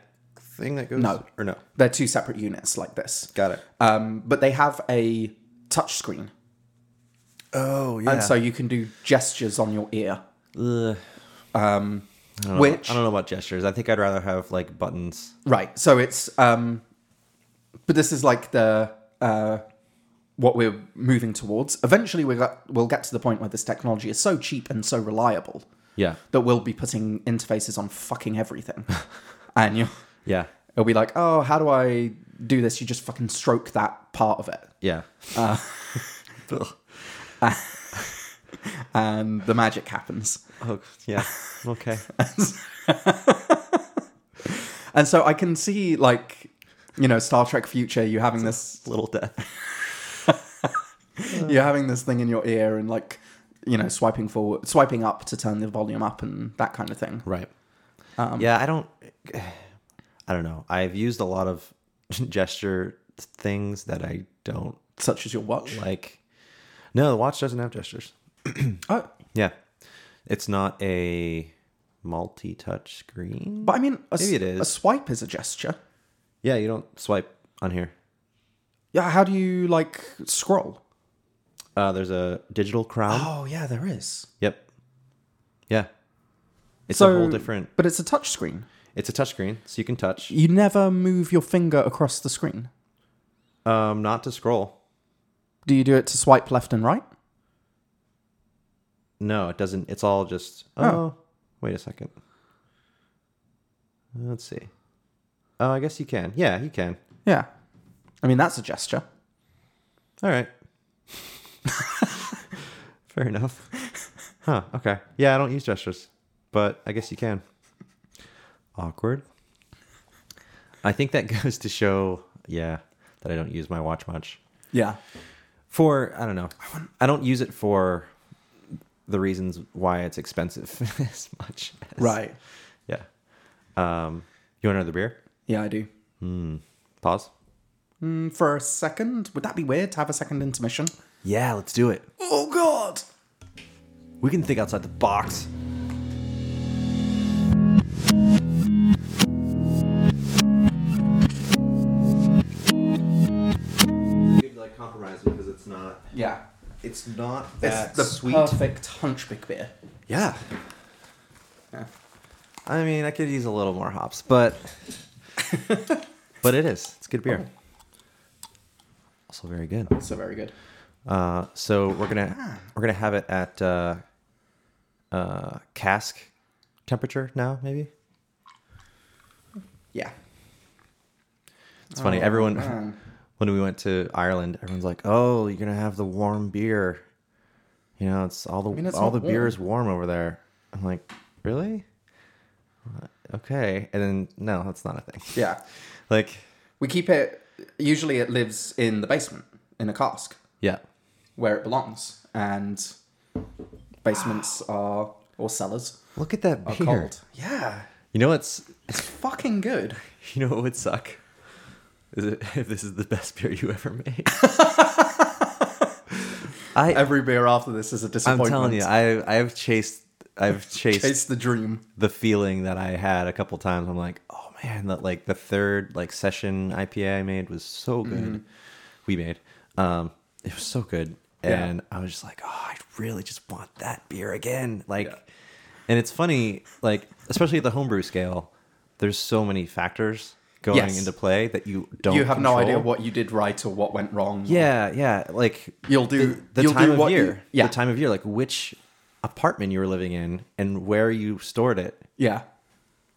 Speaker 2: thing that goes?
Speaker 1: No.
Speaker 2: or no.
Speaker 1: They're two separate units like this.
Speaker 2: Got it.
Speaker 1: Um, but they have a touch screen.
Speaker 2: Oh yeah.
Speaker 1: And so you can do gestures on your ear.
Speaker 2: Ugh.
Speaker 1: Um,
Speaker 2: I don't know.
Speaker 1: which
Speaker 2: I don't know about gestures. I think I'd rather have like buttons.
Speaker 1: right, so it's um, but this is like the uh, what we're moving towards. Eventually, we got, we'll get to the point where this technology is so cheap and so reliable
Speaker 2: Yeah,
Speaker 1: that we'll be putting interfaces on fucking everything, and you
Speaker 2: yeah,
Speaker 1: it'll be like, oh, how do I do this? You just fucking stroke that part of it,
Speaker 2: yeah.
Speaker 1: and the magic happens.
Speaker 2: oh, yeah. Okay.
Speaker 1: And so I can see like you know, Star Trek Future, you're having this,
Speaker 2: Little death.
Speaker 1: you're having this thing in your ear, and like, you know, swiping forward, swiping up to turn the volume up, and that kind of thing.
Speaker 2: Right. yeah, I don't. I don't know. I've used a lot of gesture things that I don't
Speaker 1: Such as your watch.
Speaker 2: like. No, the watch doesn't have gestures.
Speaker 1: Oh,
Speaker 2: Yeah, it's not a multi-touch screen.
Speaker 1: but I mean, a, s-
Speaker 2: Maybe it is.
Speaker 1: a swipe is a gesture.
Speaker 2: Yeah, you don't swipe on here.
Speaker 1: Yeah, how do you like scroll?
Speaker 2: Uh, there's a digital crown.
Speaker 1: Oh yeah, there is.
Speaker 2: Yep. Yeah. It's a whole different.
Speaker 1: But it's a touch screen.
Speaker 2: It's a touchscreen, so you can touch.
Speaker 1: You never move your finger across the screen.
Speaker 2: Um, not to scroll.
Speaker 1: Do you do it to swipe left and right?
Speaker 2: No, it doesn't. It's all just. Oh, wait a second. Let's see. Oh, I guess you can. Yeah, you can.
Speaker 1: Yeah. I mean, that's a gesture.
Speaker 2: All right. Fair enough. Huh. Okay. Yeah, I don't use gestures, but I guess you can. Awkward. I think that goes to show, yeah, that I don't use my watch much.
Speaker 1: Yeah.
Speaker 2: for I don't know. I don't use it for the reasons why it's expensive as much. as-
Speaker 1: Right.
Speaker 2: Yeah. Um, you want another beer?
Speaker 1: Yeah, I do.
Speaker 2: Pause.
Speaker 1: Mm, for a second, would that be weird to have a second intermission?
Speaker 2: Yeah, let's do it.
Speaker 1: Oh, God.
Speaker 2: We can think outside the box. Like compromise because it's not.
Speaker 1: Yeah. Uh,
Speaker 2: It's not
Speaker 1: It's the perfect hunchback beer.
Speaker 2: Yeah.
Speaker 1: Yeah.
Speaker 2: I mean, I could use a little more hops, but but it is. It's good beer. Oh. Also very good.
Speaker 1: So very good.
Speaker 2: Uh, so we're
Speaker 1: Ah.
Speaker 2: gonna we're gonna have it at uh, uh, cask temperature now. Maybe
Speaker 1: Yeah.
Speaker 2: it's funny. Everyone
Speaker 1: Oh, man.
Speaker 2: when we went to Ireland, everyone's like, "Oh, you're gonna have the warm beer." You know, it's all the
Speaker 1: mean, it's
Speaker 2: all the
Speaker 1: not
Speaker 2: beer
Speaker 1: warm.
Speaker 2: is warm over there. I'm like, really? Uh, Okay, and then no, that's not a thing.
Speaker 1: Yeah.
Speaker 2: Like,
Speaker 1: We keep it, usually, it lives in the basement, in a cask.
Speaker 2: yeah,
Speaker 1: where it belongs. And basements are or cellars
Speaker 2: look at that
Speaker 1: are
Speaker 2: beer.
Speaker 1: cold. Yeah.
Speaker 2: You know what's
Speaker 1: It's fucking good.
Speaker 2: you know what would suck is it, if this is the best beer you ever made. I
Speaker 1: Every beer after this is a
Speaker 2: I'm
Speaker 1: disappointment.
Speaker 2: telling you, I I've chased I've chased
Speaker 1: it's the dream.
Speaker 2: the feeling that I had a couple times. I'm like, oh man, that like the third like session IPA I made was so good.
Speaker 1: Mm-hmm.
Speaker 2: We made. Um, it was so good.
Speaker 1: Yeah.
Speaker 2: And I was just like, oh, I really just want that beer again. Like and it's funny, like, especially at the homebrew scale, there's so many factors going
Speaker 1: Yes.
Speaker 2: into play that you don't
Speaker 1: you have no idea
Speaker 2: control.
Speaker 1: what you did right or what went wrong.
Speaker 2: Yeah, yeah. Like
Speaker 1: You'll do-
Speaker 2: the, the
Speaker 1: you'll
Speaker 2: time
Speaker 1: do
Speaker 2: of
Speaker 1: what
Speaker 2: year.
Speaker 1: you- yeah.
Speaker 2: The time of year, like which apartment you were living in and where you stored it
Speaker 1: Yeah.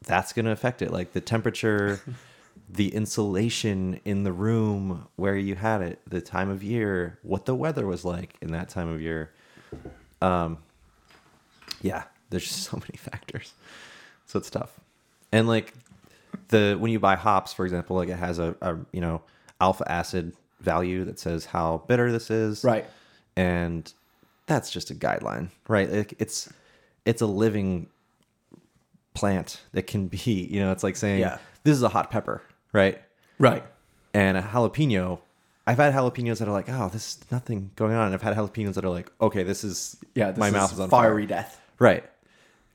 Speaker 2: that's going to affect it like the temperature the insulation in the room where you had it the time of year what the weather was like in that time of year um yeah there's just so many factors so it's tough and like the when you buy hops for example like it has a, a you know alpha acid value that says how bitter this is
Speaker 1: Right.
Speaker 2: and that's just a guideline right like it's it's a living plant that can be you know it's like saying
Speaker 1: Yeah.
Speaker 2: this is a hot pepper right
Speaker 1: Right.
Speaker 2: and a jalapeno i've had jalapenos that are like oh this is nothing going on and i've had jalapenos that are like okay this is
Speaker 1: Yeah. This
Speaker 2: my
Speaker 1: is
Speaker 2: mouth is on fire
Speaker 1: fiery death.
Speaker 2: Right.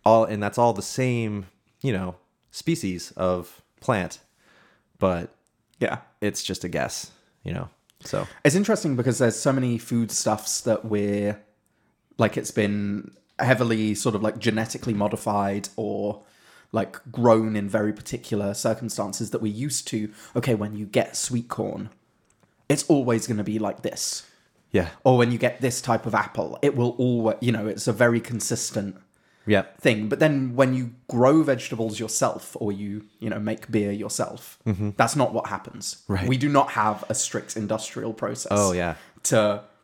Speaker 2: All and that's all the same, you know, species of plant, but
Speaker 1: Yeah.
Speaker 2: it's just a guess, you know. So
Speaker 1: It's interesting because there's so many foodstuffs that we're like it's been heavily sort of like genetically modified or like grown in very particular circumstances that we're used to. Okay, when you get sweet corn, it's always going to be like this.
Speaker 2: yeah.
Speaker 1: Or when you get this type of apple, it will always, you know, it's a very consistent
Speaker 2: Yep.
Speaker 1: thing. But then when you grow vegetables yourself or you, you know, make beer yourself, that's not what happens.
Speaker 2: Right.
Speaker 1: We do not have a strict industrial process
Speaker 2: Oh yeah.
Speaker 1: to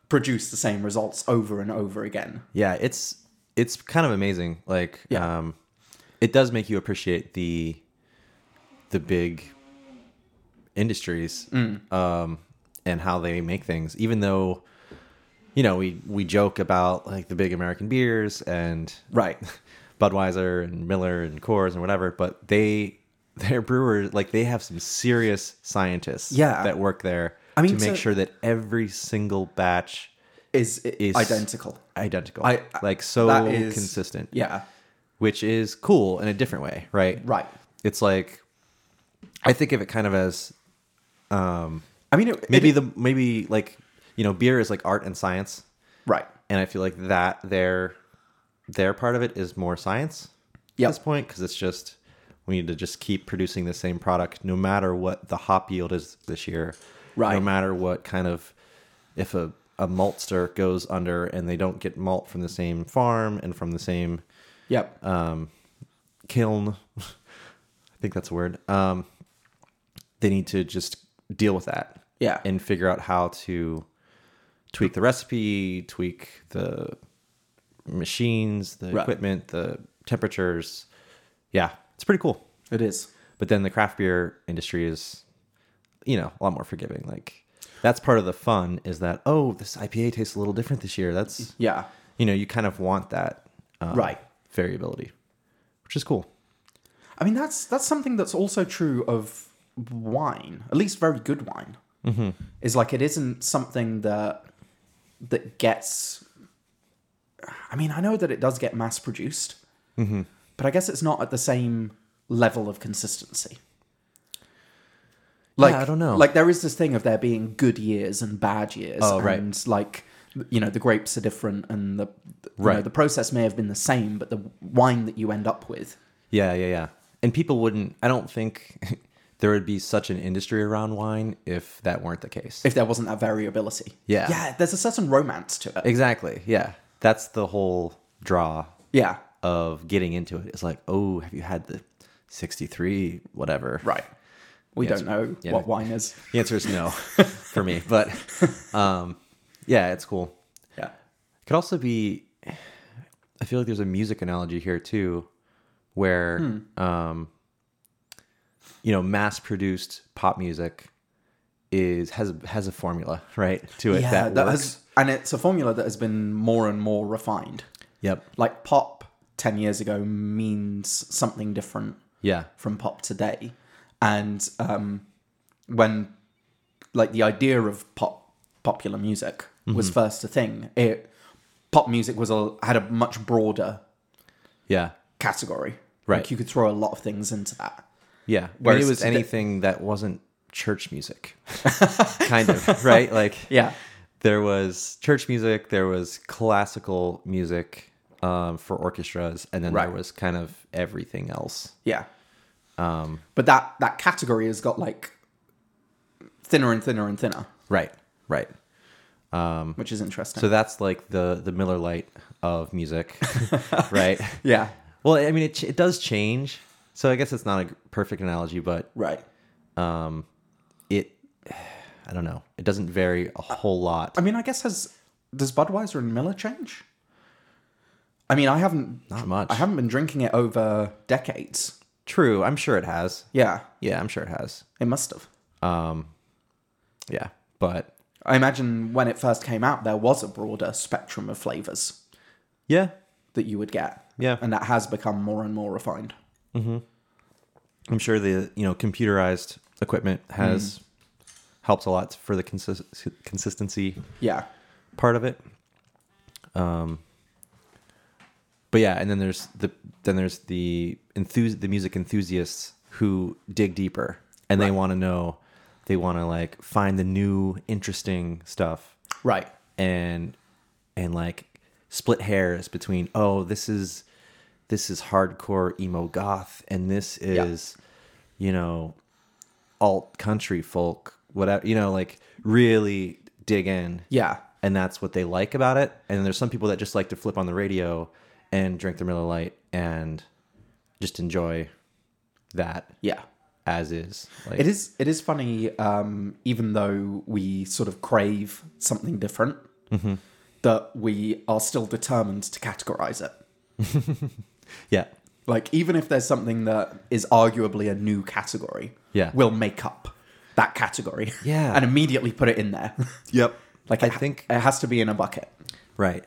Speaker 1: produce the same results over and over again.
Speaker 2: Yeah, it's it's kind of amazing. Like
Speaker 1: Yeah.
Speaker 2: um it does make you appreciate the the big industries
Speaker 1: Mm.
Speaker 2: um, and how they make things. Even though, you know, we we joke about like the big American beers and
Speaker 1: Right.
Speaker 2: Budweiser and Miller and Coors and whatever, but they their brewers like they have some serious scientists
Speaker 1: Yeah.
Speaker 2: that work there
Speaker 1: I mean,
Speaker 2: to make
Speaker 1: so-
Speaker 2: sure that every single batch
Speaker 1: Is,
Speaker 2: Is-
Speaker 1: is identical.
Speaker 2: identical
Speaker 1: I-
Speaker 2: like so
Speaker 1: that is-
Speaker 2: consistent
Speaker 1: Yeah.
Speaker 2: which is cool in a different way right
Speaker 1: Right.
Speaker 2: it's like i think of it kind of as
Speaker 1: I mean, it,
Speaker 2: maybe
Speaker 1: it-
Speaker 2: the maybe like you know beer is like art and science
Speaker 1: right.
Speaker 2: and i feel like that their their part of it is more science
Speaker 1: Yeah.
Speaker 2: at this point because it's just we need to just keep producing the same product no matter what the hop yield is this year no
Speaker 1: Right.
Speaker 2: matter what kind of if a, a maltster goes under and they don't get malt from the same farm and from the same
Speaker 1: Yep.
Speaker 2: uh, kiln i think that's a word um, they need to just deal with that
Speaker 1: Yeah.
Speaker 2: and figure out how to tweak the recipe tweak the machines the
Speaker 1: Right.
Speaker 2: equipment the temperatures yeah it's pretty cool
Speaker 1: it is.
Speaker 2: but then the craft beer industry is you know a lot more forgiving like that's part of the fun is that oh this ipa tastes a little different this year that's
Speaker 1: Yeah.
Speaker 2: you know you kind of want that um,
Speaker 1: Right.
Speaker 2: variability which is cool
Speaker 1: I mean, that's that's something that's also true of wine, at least very good wine. Mm-hmm. Is like it isn't something that that gets. I mean, I know that it does get mass produced,
Speaker 2: Mm-hmm.
Speaker 1: but I guess it's not at the same level of consistency.
Speaker 2: I don't know.
Speaker 1: Like there is this thing of there being good years and bad years,
Speaker 2: Oh,
Speaker 1: and
Speaker 2: right.
Speaker 1: like you know the grapes are different, and the you know,
Speaker 2: Right.
Speaker 1: the process may have been the same, but the wine that you end up with,
Speaker 2: Yeah, yeah, yeah. And people wouldn't. I don't think there would be such an industry around wine if that weren't the case.
Speaker 1: if there wasn't that variability.
Speaker 2: Yeah.
Speaker 1: Yeah, there's a certain romance to it.
Speaker 2: exactly. Yeah, that's the whole draw
Speaker 1: yeah.
Speaker 2: of getting into it. It's like, oh, have you had the sixty-three whatever?
Speaker 1: Right. We
Speaker 2: Yes.
Speaker 1: don't know
Speaker 2: Yeah.
Speaker 1: what wine is.
Speaker 2: The answer is no for me, but um, yeah, it's cool.
Speaker 1: Yeah.
Speaker 2: Could also be. I feel like there's a music analogy here too, where,
Speaker 1: Hmm.
Speaker 2: um, you know, mass-produced pop music is has has a formula right to it
Speaker 1: yeah,
Speaker 2: that,
Speaker 1: that
Speaker 2: works.
Speaker 1: has and it's a formula that has been more and more refined.
Speaker 2: yep.
Speaker 1: Like pop 10 years ago means something different
Speaker 2: Yeah.
Speaker 1: from pop today. And um when like the idea of pop popular music
Speaker 2: Mm-hmm.
Speaker 1: was first a thing, it pop music was a had a much broader
Speaker 2: Yeah.
Speaker 1: category.
Speaker 2: Right.
Speaker 1: Like you could throw a lot of things into that.
Speaker 2: Yeah. I mean,
Speaker 1: Whereas
Speaker 2: it was
Speaker 1: today-
Speaker 2: anything that wasn't church music, kind of right. Like
Speaker 1: Yeah.
Speaker 2: there was church music, there was classical music um, for orchestras, and then there
Speaker 1: Right.
Speaker 2: was kind of everything else.
Speaker 1: Yeah. Um, but that that category has got like thinner and thinner and thinner,
Speaker 2: Right. Right.
Speaker 1: which is interesting.
Speaker 2: So that's like the the Miller Lite of music, right?
Speaker 1: yeah.
Speaker 2: Well, I mean, it ch- it does change. So I guess it's not a perfect analogy, but
Speaker 1: Right.
Speaker 2: it, I don't know, it doesn't vary a whole lot.
Speaker 1: I mean, I guess has does Budweiser and Miller change? I mean, I haven't
Speaker 2: Not much.
Speaker 1: I haven't been drinking it over decades.
Speaker 2: True, I'm sure it has.
Speaker 1: Yeah,
Speaker 2: Yeah, I'm sure it has.
Speaker 1: it must have.
Speaker 2: Yeah, but
Speaker 1: I imagine when it first came out, there was a broader spectrum of flavors
Speaker 2: yeah,
Speaker 1: that you would get.
Speaker 2: Yeah.
Speaker 1: and that has become more and more refined.
Speaker 2: I'm sure the you know computerized equipment has helped a lot for the consis- consistency
Speaker 1: Yeah,
Speaker 2: part of it. Um, but yeah, and then there's the then there's the enthus- the music enthusiasts who dig deeper and they want to know, they want to like find the new interesting stuff
Speaker 1: right.
Speaker 2: and and like split hairs between oh this is this is hardcore emo goth and this is you know alt country folk whatever you know like really dig in
Speaker 1: Yeah,
Speaker 2: and that's what they like about it and there's some people that just like to flip on the radio and drink their Miller Lite and just enjoy that
Speaker 1: yeah.
Speaker 2: as is like
Speaker 1: It is it is funny, um, even though we sort of crave something different,
Speaker 2: Mm-hmm.
Speaker 1: that we are still determined to categorize it.
Speaker 2: yeah
Speaker 1: Like even if there's something that is arguably a new category,
Speaker 2: Yeah.
Speaker 1: we'll make up that category.
Speaker 2: Yeah.
Speaker 1: and immediately put it in there.
Speaker 2: Yep.
Speaker 1: like
Speaker 2: I
Speaker 1: it ha-
Speaker 2: think-
Speaker 1: it has to be in a bucket.
Speaker 2: Right.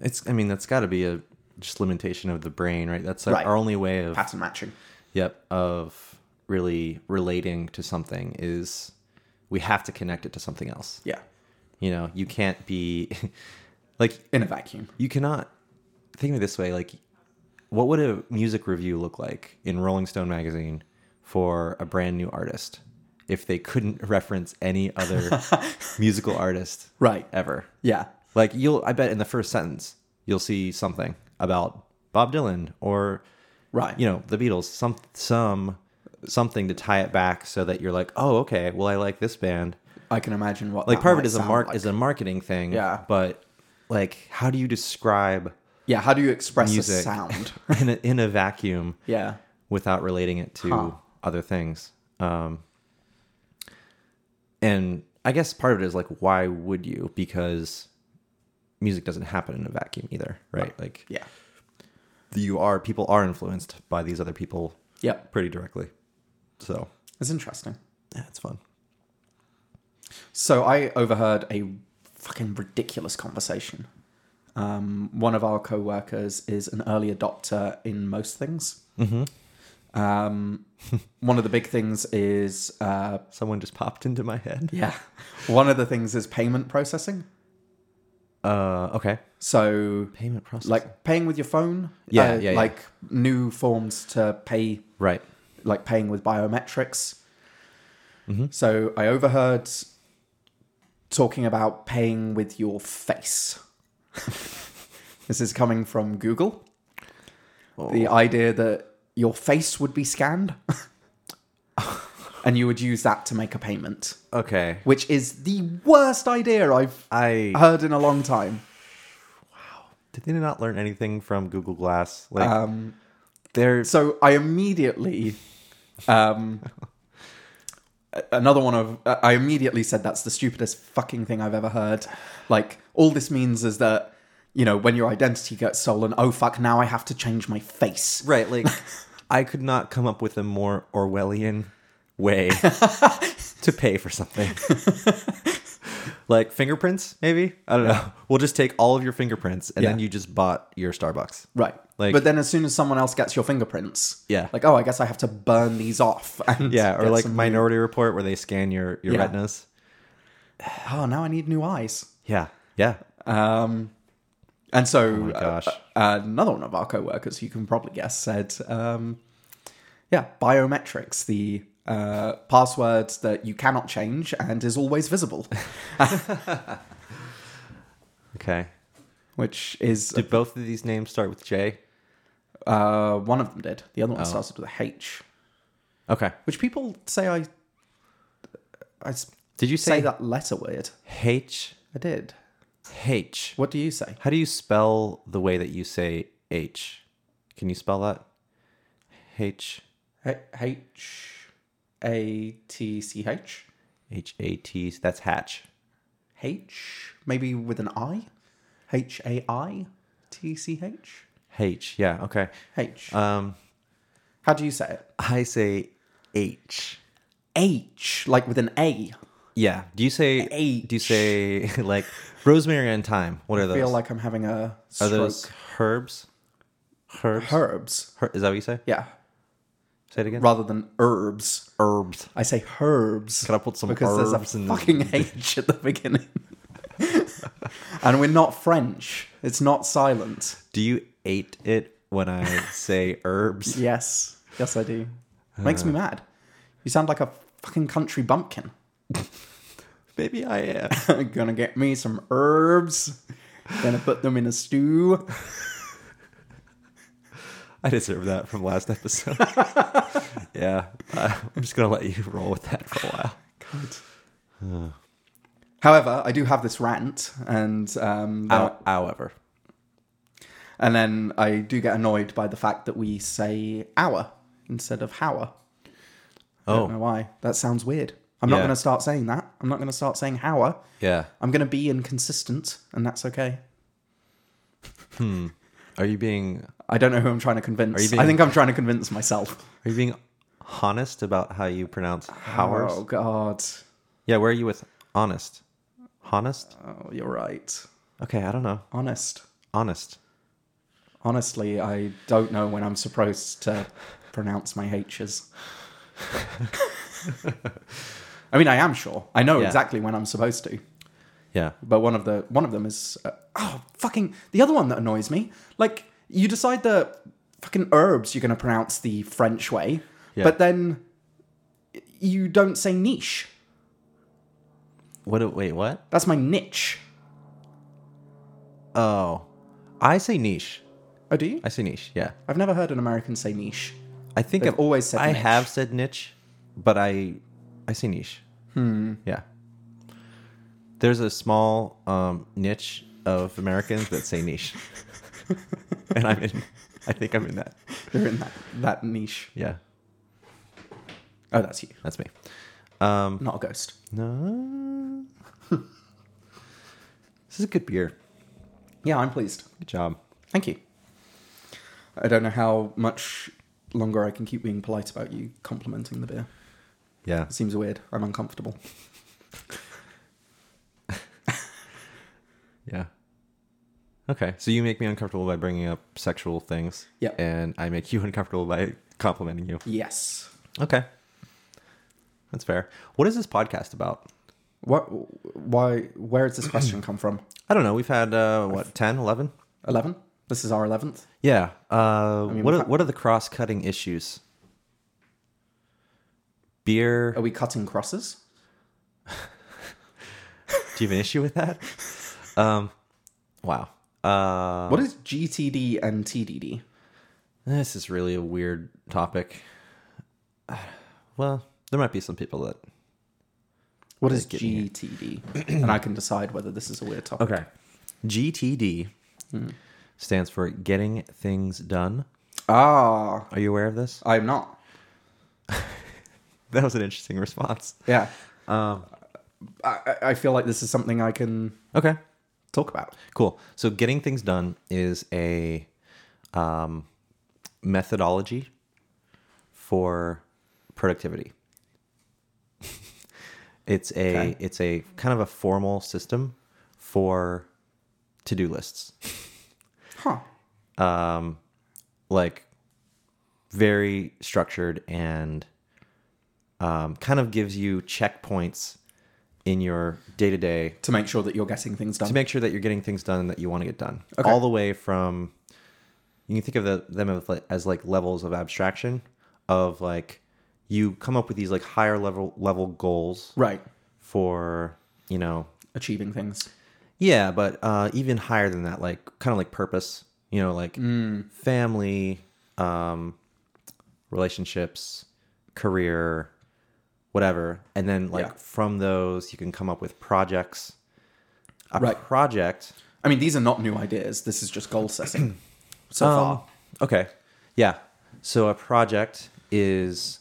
Speaker 2: It's. I mean, that's got to be a just limitation of the brain, right? That's our,
Speaker 1: Right.
Speaker 2: our only way of.
Speaker 1: Pattern matching.
Speaker 2: Yep. Of really relating to something is we have to connect it to something else.
Speaker 1: Yeah.
Speaker 2: You know, you can't be like
Speaker 1: In a vacuum.
Speaker 2: you cannot think of it this way like what would a music review look like in rolling stone magazine for a brand new artist if they couldn't reference any other musical artist
Speaker 1: Right.
Speaker 2: ever
Speaker 1: Yeah.
Speaker 2: like you'll i bet in the first sentence you'll see something about bob dylan or
Speaker 1: Right.
Speaker 2: you know the beatles some some something to tie it back so that you're like oh okay well i like this band
Speaker 1: I can imagine what
Speaker 2: like
Speaker 1: that
Speaker 2: part of
Speaker 1: might
Speaker 2: it is a
Speaker 1: sound
Speaker 2: mark
Speaker 1: like.
Speaker 2: is a marketing thing
Speaker 1: Yeah.
Speaker 2: but like how do you describe
Speaker 1: yeah. How do you express a
Speaker 2: music.
Speaker 1: sound?
Speaker 2: in a, in a vacuum
Speaker 1: yeah.
Speaker 2: without relating it to
Speaker 1: Huh.
Speaker 2: other things. Um, and I guess part of it is like, why would you? Because music doesn't happen in a vacuum either, right? Like
Speaker 1: Yeah.
Speaker 2: you are people are influenced by these other people
Speaker 1: Yep.
Speaker 2: pretty directly. So
Speaker 1: It's interesting.
Speaker 2: yeah, it's fun.
Speaker 1: So I overheard a fucking ridiculous conversation. Um, one of our co-workers is an early adopter in most things. Mm-hmm. Um, one of the big things is uh,
Speaker 2: Someone just popped into my head.
Speaker 1: yeah, one of the things is payment processing.
Speaker 2: Uh, okay.
Speaker 1: So
Speaker 2: Payment process.
Speaker 1: like paying with your phone, uh,
Speaker 2: Yeah, yeah, yeah.
Speaker 1: like new forms to pay
Speaker 2: right.
Speaker 1: like paying with biometrics. So I overheard talking about paying with your face. this is coming from Google. The idea that your face would be scanned and you would use that to make a payment,
Speaker 2: Okay.
Speaker 1: which is the worst idea I've
Speaker 2: I
Speaker 1: heard in a long time.
Speaker 2: did they not learn anything from Google Glass? Like they're
Speaker 1: So I immediately, um, a- another one of I immediately said that's the stupidest fucking thing I've ever heard. Like all this means is that you know when your identity gets stolen, oh fuck, now I have to change my face.
Speaker 2: Right, like I could not come up with a more Orwellian way to pay for something. like fingerprints, maybe? I don't know. We'll just take all of your fingerprints and then
Speaker 1: Yeah.
Speaker 2: you just bought your Starbucks.
Speaker 1: Right.
Speaker 2: Like-
Speaker 1: but then as soon as someone else gets your fingerprints,
Speaker 2: Yeah.
Speaker 1: like oh I guess I have to burn these off. And
Speaker 2: Yeah, or
Speaker 1: get
Speaker 2: like
Speaker 1: some
Speaker 2: minority report where they scan your, your
Speaker 1: Yeah.
Speaker 2: retinas.
Speaker 1: new- oh now I need new eyes.
Speaker 2: Yeah. Yeah.
Speaker 1: Um, and so,
Speaker 2: Oh my gosh.
Speaker 1: uh, uh, another one of our co-workers, you can probably guess, said, um, "Yeah, biometrics, the uh, password that you cannot change and is always visible,"
Speaker 2: Okay.
Speaker 1: which is
Speaker 2: Did both of these names start with J?
Speaker 1: uh, one of them did. The other one
Speaker 2: Oh.
Speaker 1: started with a H,
Speaker 2: Okay.
Speaker 1: which people say I, I s-
Speaker 2: Did you
Speaker 1: say
Speaker 2: say,
Speaker 1: that letter weird.
Speaker 2: H
Speaker 1: I did.
Speaker 2: H?
Speaker 1: What do you say?
Speaker 2: How do you spell the way that you say H? Can you spell that? H
Speaker 1: H- H A T C H
Speaker 2: H A T. That's hatch.
Speaker 1: H, maybe with an I? H A I T C H?
Speaker 2: H. Yeah. Okay.
Speaker 1: H.
Speaker 2: Um,
Speaker 1: How do you say it?
Speaker 2: I say H.
Speaker 1: H, like with an A.
Speaker 2: Yeah. Do you say
Speaker 1: H.
Speaker 2: Do you say like rosemary and thyme? What are
Speaker 1: I
Speaker 2: those?
Speaker 1: feel like I'm having a
Speaker 2: are
Speaker 1: stroke.
Speaker 2: those herbs? Herbs.
Speaker 1: herbs?
Speaker 2: Her- is that what you say?
Speaker 1: Yeah,
Speaker 2: Say it again.
Speaker 1: rather than herbs.
Speaker 2: herbs.
Speaker 1: I say herbs
Speaker 2: Can I put some
Speaker 1: because
Speaker 2: herbs
Speaker 1: there's a
Speaker 2: in?
Speaker 1: fucking H at the beginning. and we're not French. It's not silent.
Speaker 2: Do you ate it when I say herbs?
Speaker 1: Yes. Yes, I do. Makes
Speaker 2: Uh.
Speaker 1: me mad. You sound like a fucking country bumpkin.
Speaker 2: Maybe I am.
Speaker 1: gonna get me some herbs. Gonna put them in a stew.
Speaker 2: I deserve that from last episode. yeah, uh, I'm just gonna let you roll with that for a while.
Speaker 1: However, I do have this rant, and um,
Speaker 2: How- however,
Speaker 1: and then I do get annoyed by the fact that we say "our" instead of "hour." I
Speaker 2: oh
Speaker 1: don't know why. That sounds weird. I'm not
Speaker 2: Yeah.
Speaker 1: going to start saying that. I'm not going to start saying "hour."
Speaker 2: yeah,
Speaker 1: I'm going to be inconsistent, and that's okay.
Speaker 2: are you being
Speaker 1: I don't know who I'm trying to convince.
Speaker 2: you being-
Speaker 1: I think I'm trying to convince myself.
Speaker 2: are you being honest about how you pronounce Howard.
Speaker 1: Oh God.
Speaker 2: Yeah, where are you with honest? Honest?
Speaker 1: Oh, you're right.
Speaker 2: Okay, I don't know.
Speaker 1: Honest.
Speaker 2: Honest.
Speaker 1: Honestly, I don't know when I'm supposed to pronounce my H's. I mean, I am sure. I know
Speaker 2: Yeah.
Speaker 1: exactly when I'm supposed to.
Speaker 2: Yeah.
Speaker 1: But one of the one of them is uh, oh fucking the other one that annoys me. Like you decide the fucking herbs you're going to pronounce the French way,
Speaker 2: Yeah.
Speaker 1: but then you don't say niche.
Speaker 2: What? do- Wait, what?
Speaker 1: That's my niche.
Speaker 2: Oh, I say niche.
Speaker 1: Oh, do you?
Speaker 2: I say niche. Yeah.
Speaker 1: I've never heard an American say niche.
Speaker 2: I think
Speaker 1: They've
Speaker 2: I've
Speaker 1: always said
Speaker 2: I
Speaker 1: niche.
Speaker 2: have said niche, but I I say niche. Hmm. Yeah. There's a small um, niche of Americans that say niche, and I'm in. I think I'm in that.
Speaker 1: They're in that, that niche.
Speaker 2: Yeah,
Speaker 1: Oh, that's you.
Speaker 2: that's me. Um,
Speaker 1: Not a ghost.
Speaker 2: no. this is a good beer.
Speaker 1: Yeah, I'm pleased.
Speaker 2: Good job.
Speaker 1: Thank you. I don't know how much longer I can keep being polite about you complimenting the beer.
Speaker 2: Yeah.
Speaker 1: It seems weird. I'm uncomfortable.
Speaker 2: Yeah. Okay. So you make me uncomfortable by bringing up sexual things.
Speaker 1: Yep.
Speaker 2: And I make you uncomfortable by complimenting you.
Speaker 1: Yes.
Speaker 2: Okay. That's fair. What is this podcast about?
Speaker 1: What? Why? Where does this question come from?
Speaker 2: I don't know. We've had, uh, what, 10, 11?
Speaker 1: Eleven. This is our eleventh.
Speaker 2: Yeah. Uh,
Speaker 1: mean,
Speaker 2: what,
Speaker 1: we've
Speaker 2: are,
Speaker 1: had-
Speaker 2: what are the cross cutting issues? Beer.
Speaker 1: Are we cutting crosses?
Speaker 2: Do you have an issue with that? Um, wow. Uh,
Speaker 1: What is GTD and TDD?
Speaker 2: This is really a weird topic. Well, there might be some people that
Speaker 1: What is
Speaker 2: Get in
Speaker 1: GTD? and I can decide whether this is a weird topic.
Speaker 2: Okay. GTD stands for Getting Things Done.
Speaker 1: Ah,
Speaker 2: Are you aware of this?
Speaker 1: I'm not.
Speaker 2: That was an interesting response.
Speaker 1: Yeah.
Speaker 2: Um.
Speaker 1: I, I- I feel like this is something I can
Speaker 2: Okay,
Speaker 1: talk about.
Speaker 2: cool. So, Getting Things Done is a um, methodology for productivity. it's a
Speaker 1: Okay.
Speaker 2: it's a kind of a formal system for to-do lists.
Speaker 1: Huh.
Speaker 2: um, like very structured and um, kind of gives you checkpoints in your day to day
Speaker 1: To make sure that you're getting things done.
Speaker 2: to make sure that you're getting things done that you want to get done.
Speaker 1: Okay.
Speaker 2: All the way from you can think of the, them as like, as like levels of abstraction of like you come up with these like higher level level goals
Speaker 1: right.
Speaker 2: for you know
Speaker 1: Achieving things.
Speaker 2: yeah, but uh, even higher than that, like kind of like purpose, you know, like
Speaker 1: Mm.
Speaker 2: family, um, relationships, career, whatever. And then like
Speaker 1: Yeah.
Speaker 2: from those, you can come up with projects. A
Speaker 1: Right.
Speaker 2: project.
Speaker 1: I mean, these are not new ideas. This is just goal setting so
Speaker 2: um,
Speaker 1: far.
Speaker 2: okay. Yeah. So a project is,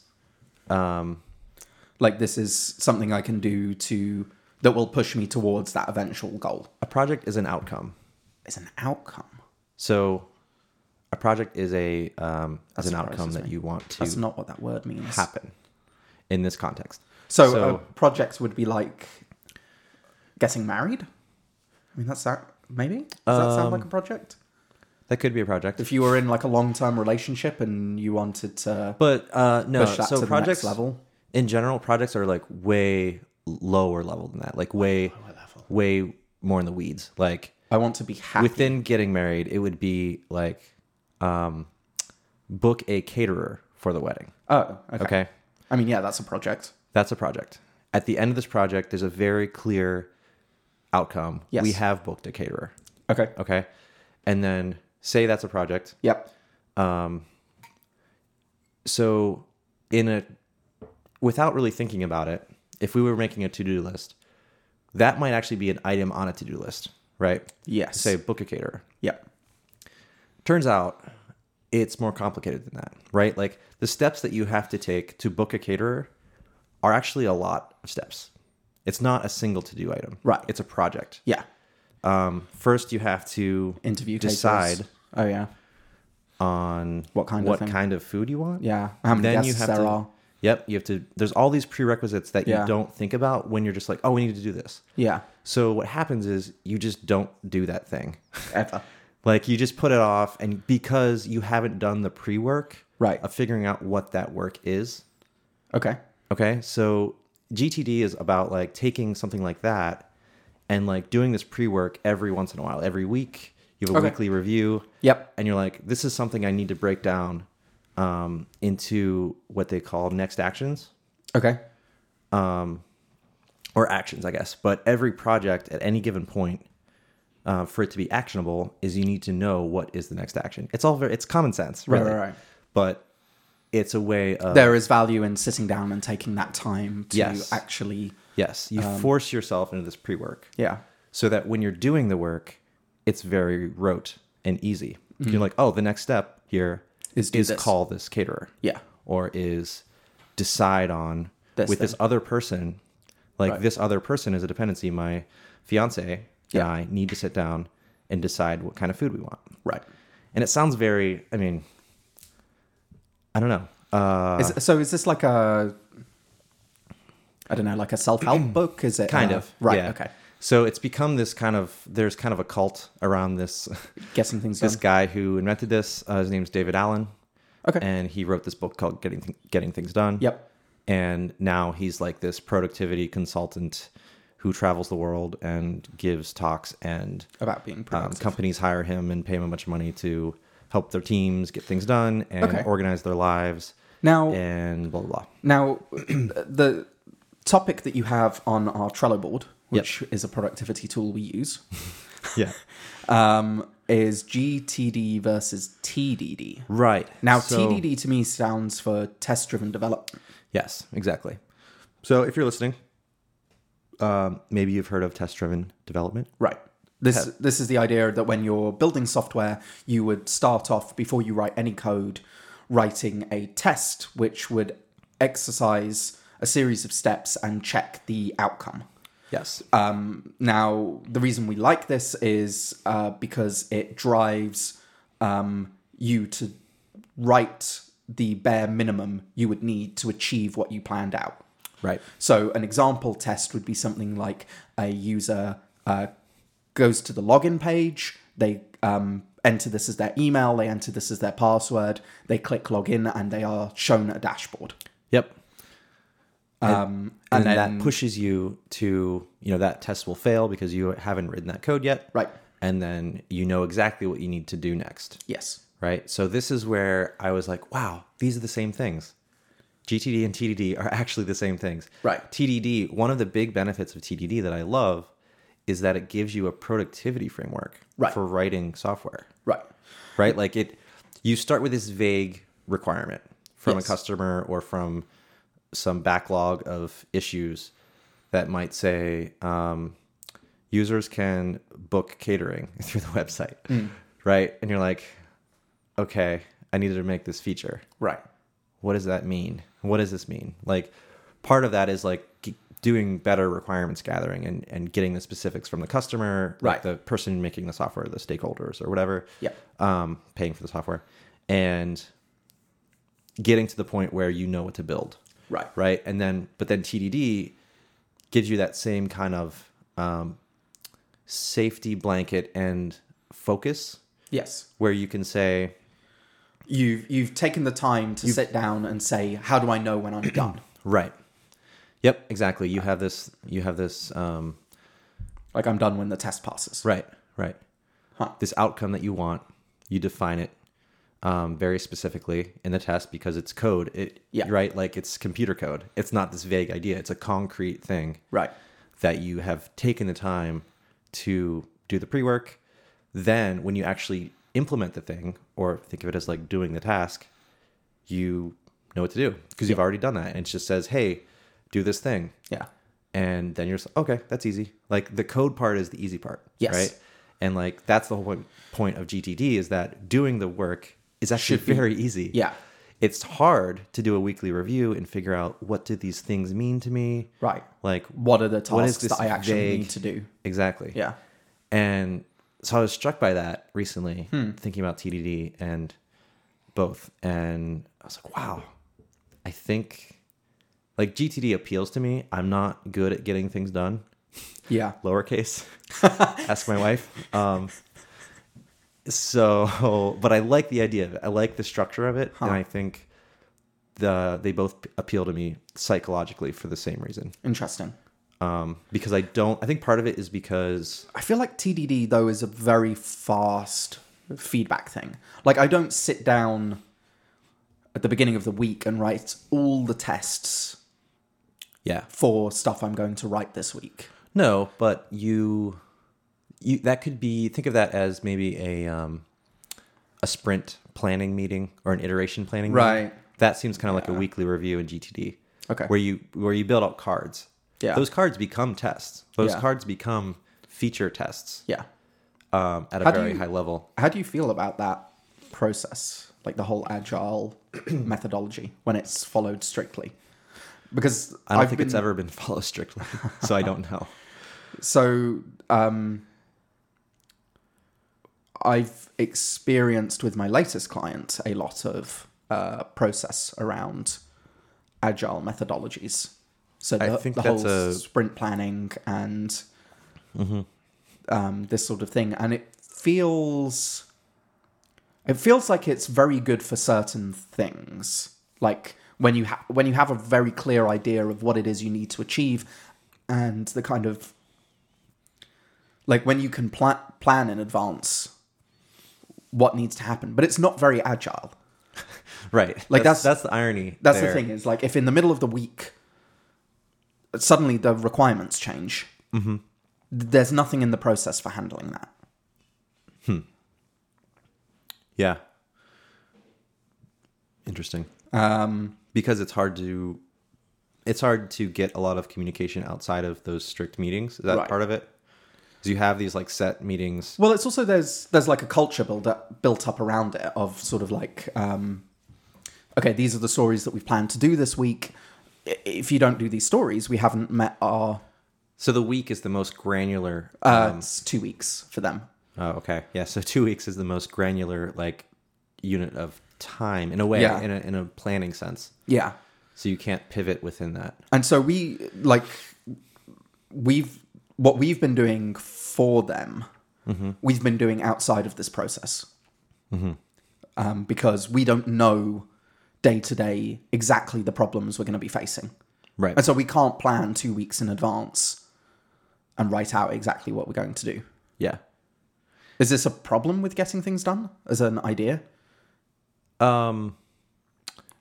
Speaker 2: um,
Speaker 1: Like, this is something I can do to that will push me towards that eventual goal.
Speaker 2: a project is an outcome.
Speaker 1: It's an outcome.
Speaker 2: So a project is a, um, is an outcome
Speaker 1: surprises
Speaker 2: that
Speaker 1: me.
Speaker 2: you want to
Speaker 1: That's not what that word means.
Speaker 2: happen in this context.
Speaker 1: So,
Speaker 2: So-
Speaker 1: uh, projects would be like getting married. I mean, that's that. Maybe does that sound
Speaker 2: Um,
Speaker 1: like a project?
Speaker 2: That could be a project.
Speaker 1: If you were in like a long-term relationship and you wanted to
Speaker 2: but uh, no,
Speaker 1: push that
Speaker 2: so
Speaker 1: to the next
Speaker 2: projects
Speaker 1: level,
Speaker 2: in general, projects are like way lower level than that. Like way, way more in the weeds. Like
Speaker 1: I want to be happy.
Speaker 2: within getting married, it would be like um, book a caterer for the wedding.
Speaker 1: oh, okay.
Speaker 2: Okay,
Speaker 1: I mean, yeah, that's a project.
Speaker 2: that's a project. At the end of this project, there's a very clear outcome.
Speaker 1: Yes.
Speaker 2: We have booked a caterer.
Speaker 1: Okay.
Speaker 2: Okay, and then say that's a project.
Speaker 1: Yep.
Speaker 2: so in a without really thinking about it if we were making a to-do list that might actually be an item on a to-do list right
Speaker 1: Yes.
Speaker 2: say book a caterer
Speaker 1: Yep.
Speaker 2: turns out it's more complicated than that right like the steps that you have to take to book a caterer are actually a lot of steps it's not a single to-do item
Speaker 1: Right.
Speaker 2: it's a project
Speaker 1: Yeah.
Speaker 2: um, first you have to
Speaker 1: Interview. caterers.
Speaker 2: decide
Speaker 1: Oh yeah.
Speaker 2: on
Speaker 1: What kind of
Speaker 2: what
Speaker 1: thing?
Speaker 2: kind of food you want.
Speaker 1: Yeah. How many
Speaker 2: Then you
Speaker 1: guests
Speaker 2: have
Speaker 1: there
Speaker 2: to-
Speaker 1: are.
Speaker 2: Yep, you have to. There's all these prerequisites that
Speaker 1: Yeah.
Speaker 2: you don't think about when you're just like, oh, we need to do this.
Speaker 1: Yeah.
Speaker 2: So what happens is you just don't do that thing.
Speaker 1: Ever.
Speaker 2: Like you just put it off, and because you haven't done the pre work
Speaker 1: Right.
Speaker 2: of figuring out what that work is.
Speaker 1: Okay.
Speaker 2: Okay, so GTD is about like taking something like that and like doing this pre work every once in a while, every week. You have a
Speaker 1: Okay.
Speaker 2: weekly review,
Speaker 1: Yep.
Speaker 2: and you're like, this is something I need to break down um, into what they call next actions
Speaker 1: Okay.
Speaker 2: or actions, I guess. But every project at any given point. Uh, for it to be actionable, is you need to know what is the next action. It's all very, it's common sense,
Speaker 1: Right,
Speaker 2: really.
Speaker 1: right, right.
Speaker 2: But it's a way of
Speaker 1: There is value in sitting down and taking that time to
Speaker 2: Uh, Yes.
Speaker 1: actually.
Speaker 2: yes, you
Speaker 1: um,
Speaker 2: force yourself into this pre-work.
Speaker 1: Yeah.
Speaker 2: so that when you're doing the work, it's very rote and easy. You're like, oh, the next step here
Speaker 1: Mm-hmm. Is do this.
Speaker 2: call this caterer,
Speaker 1: Yeah.
Speaker 2: or is decide on
Speaker 1: This
Speaker 2: with this
Speaker 1: thing.
Speaker 2: other person. Like
Speaker 1: Right.
Speaker 2: this other person is a dependency. My fiance and
Speaker 1: Yeah.
Speaker 2: I need to sit down and decide what kind of food we want.
Speaker 1: Right.
Speaker 2: And it sounds very. I mean, I don't know. Uh,
Speaker 1: Is, so is this like a I don't know, like a self-help book? Is it
Speaker 2: kind
Speaker 1: uh,
Speaker 2: of
Speaker 1: right?
Speaker 2: yeah.
Speaker 1: Okay,
Speaker 2: So it's become this kind of. There's kind of a cult around this.
Speaker 1: getting things done.
Speaker 2: this guy who invented this. Uh, his name's David Allen,
Speaker 1: Okay.
Speaker 2: and he wrote this book called Getting Th- Getting Things Done.
Speaker 1: Yep.
Speaker 2: And now he's like this productivity consultant who travels the world and gives talks, and
Speaker 1: About being
Speaker 2: um,
Speaker 1: productive.
Speaker 2: companies hire him and pay him a bunch of money to help their teams get things done and
Speaker 1: Okay.
Speaker 2: organize their lives
Speaker 1: now,
Speaker 2: and blah blah. blah.
Speaker 1: now the topic that you have on our Trello board, which is a productivity tool we use,
Speaker 2: Yeah.
Speaker 1: um, is GTD versus TDD.
Speaker 2: Right.
Speaker 1: Now,
Speaker 2: So-
Speaker 1: TDD to me sounds for test-driven development.
Speaker 2: Yes, exactly. So if you're listening, um, maybe you've heard of test-driven development.
Speaker 1: Right. This this is the idea that when you're building software, you would start off before you write any code, writing a test which would exercise a series of steps and check the outcome.
Speaker 2: Yes.
Speaker 1: Um, now, the reason we like this is uh, because it drives um, you to write the bare minimum you would need to achieve what you planned out.
Speaker 2: Right.
Speaker 1: So an example test would be something like a user uh, goes to the login page, they um, enter this as their email, they enter this as their password, they click login, and they are shown a dashboard.
Speaker 2: Yep.
Speaker 1: Um, and,
Speaker 2: And,
Speaker 1: then,
Speaker 2: that pushes you to, you know, that test will fail because you haven't written that code yet.
Speaker 1: Right.
Speaker 2: And then you know exactly what you need to do next.
Speaker 1: yes,
Speaker 2: Right. So this is where I was like, wow, these are the same things. GTD and TDD are actually the same things.
Speaker 1: Right.
Speaker 2: TDD, one of the big benefits of TDD that I love is that it gives you a productivity framework
Speaker 1: Right.
Speaker 2: for writing software.
Speaker 1: right,
Speaker 2: right? Like it, you start with this vague requirement from
Speaker 1: Yes.
Speaker 2: a customer or from some backlog of issues that might say um, users can book catering through the website,
Speaker 1: Mm.
Speaker 2: right? And you're like, okay, I needed to make this feature.
Speaker 1: right,
Speaker 2: What does that mean? What does this mean? Like, part of that is like g- doing better requirements gathering and, and getting the specifics from the customer, like
Speaker 1: Right.
Speaker 2: the person making the software, the stakeholders, or whatever
Speaker 1: yeah,
Speaker 2: um, paying for the software and getting to the point where you know what to build
Speaker 1: right,
Speaker 2: right and then but then tdd gives you that same kind of um, safety blanket and focus
Speaker 1: yes.
Speaker 2: where you can say
Speaker 1: You've you've taken the time to sit down and say, how do I know when I'm done?
Speaker 2: right yep exactly you have this you have this um,
Speaker 1: like I'm done when the test passes.
Speaker 2: right right
Speaker 1: Huh.
Speaker 2: this outcome that you want you define it um, very specifically in the test because it's code it
Speaker 1: Yeah.
Speaker 2: right like it's computer code it's not this vague idea it's a concrete thing
Speaker 1: Right,
Speaker 2: that you have taken the time to do the pre-work then when you actually implement the thing or think of it as like doing the task you know what to do because you've already done that and it just says hey do this thing
Speaker 1: yeah,
Speaker 2: and then you're just okay that's easy like the code part is the easy part
Speaker 1: Yes.
Speaker 2: right and like that's the whole point- point of gtd is that doing the work is actually very easy
Speaker 1: yeah,
Speaker 2: it's hard to do a weekly review and figure out what do these things mean to me
Speaker 1: right.
Speaker 2: like
Speaker 1: What are the
Speaker 2: What is
Speaker 1: tasks
Speaker 2: this
Speaker 1: that I actually
Speaker 2: vague-
Speaker 1: need to do?
Speaker 2: exactly
Speaker 1: Yeah, Hmm.
Speaker 2: and so I was struck by that recently, thinking about TDD, and both. And I was like, wow, I think like GTD appeals to me. I'm not good at getting things done,
Speaker 1: Yeah.
Speaker 2: lowercase. Ask my wife. Um, so, but I like the idea of it. I like the structure of it, and I think the they both appeal to me psychologically for the same reason.
Speaker 1: Interesting.
Speaker 2: Um, because I don't. I think part of it is because
Speaker 1: I feel like TDD though is a very fast feedback thing. Like I don't sit down at the beginning of the week and write all the tests
Speaker 2: yeah,
Speaker 1: for stuff I'm going to write this week.
Speaker 2: No, but you, you that could be think of that as maybe a um, a sprint planning meeting or an iteration planning. meeting.
Speaker 1: Right.
Speaker 2: That seems kind of like a weekly review in GTD.
Speaker 1: Okay.
Speaker 2: Where you where you build out cards.
Speaker 1: Yeah.
Speaker 2: Those cards become tests. Those
Speaker 1: Yeah.
Speaker 2: cards become feature tests
Speaker 1: Yeah.
Speaker 2: um, at a
Speaker 1: How do
Speaker 2: very
Speaker 1: you-
Speaker 2: high level.
Speaker 1: How do you feel about that process? Like the whole agile methodology when it's followed strictly? Because
Speaker 2: I don't
Speaker 1: I've
Speaker 2: think it's
Speaker 1: been-
Speaker 2: ever been followed strictly, so I don't know.
Speaker 1: So, um, I've experienced with my latest client a lot of uh, process around agile methodologies. So
Speaker 2: I
Speaker 1: the,
Speaker 2: think
Speaker 1: the
Speaker 2: that's
Speaker 1: whole
Speaker 2: a- Mm-hmm.
Speaker 1: sprint planning and um, this sort of thing, and it feels it feels like it's very good for certain things, like when you ha- when you have a very clear idea of what it is you need to achieve, and the kind of like when you can pla- plan in advance what needs to happen but it's not very agile
Speaker 2: Right.
Speaker 1: Like, that's-
Speaker 2: that's that's the irony.
Speaker 1: that's
Speaker 2: there.
Speaker 1: the thing is like if in the middle of the week suddenly the requirements change th- there's nothing in the process for handling that
Speaker 2: Yeah. Interesting.
Speaker 1: um,
Speaker 2: because it's hard to it's hard to get a lot of communication outside of those strict meetings. Is that
Speaker 1: Right.
Speaker 2: part of it? Because you have these like set meetings.
Speaker 1: well it's also there's there's like a culture build up, built up around it of sort of like um, okay these are the stories that we've planned to do this week I- if you don't do these stories we haven't met our
Speaker 2: So the week is the most granular.
Speaker 1: uh, it's two weeks for them
Speaker 2: oh, okay, yeah. So two weeks is the most granular like unit of time in a way,
Speaker 1: Yeah.
Speaker 2: in a in a planning sense.
Speaker 1: yeah
Speaker 2: So you can't pivot within that.
Speaker 1: and so we like we've what we've been doing for them we've been doing outside of this process um, because we don't know day to day exactly the problems we're going to be facing
Speaker 2: Right.
Speaker 1: and so we can't plan two weeks in advance and write out exactly what we're going to do
Speaker 2: yeah.
Speaker 1: is this a problem with getting things done as an idea
Speaker 2: Um.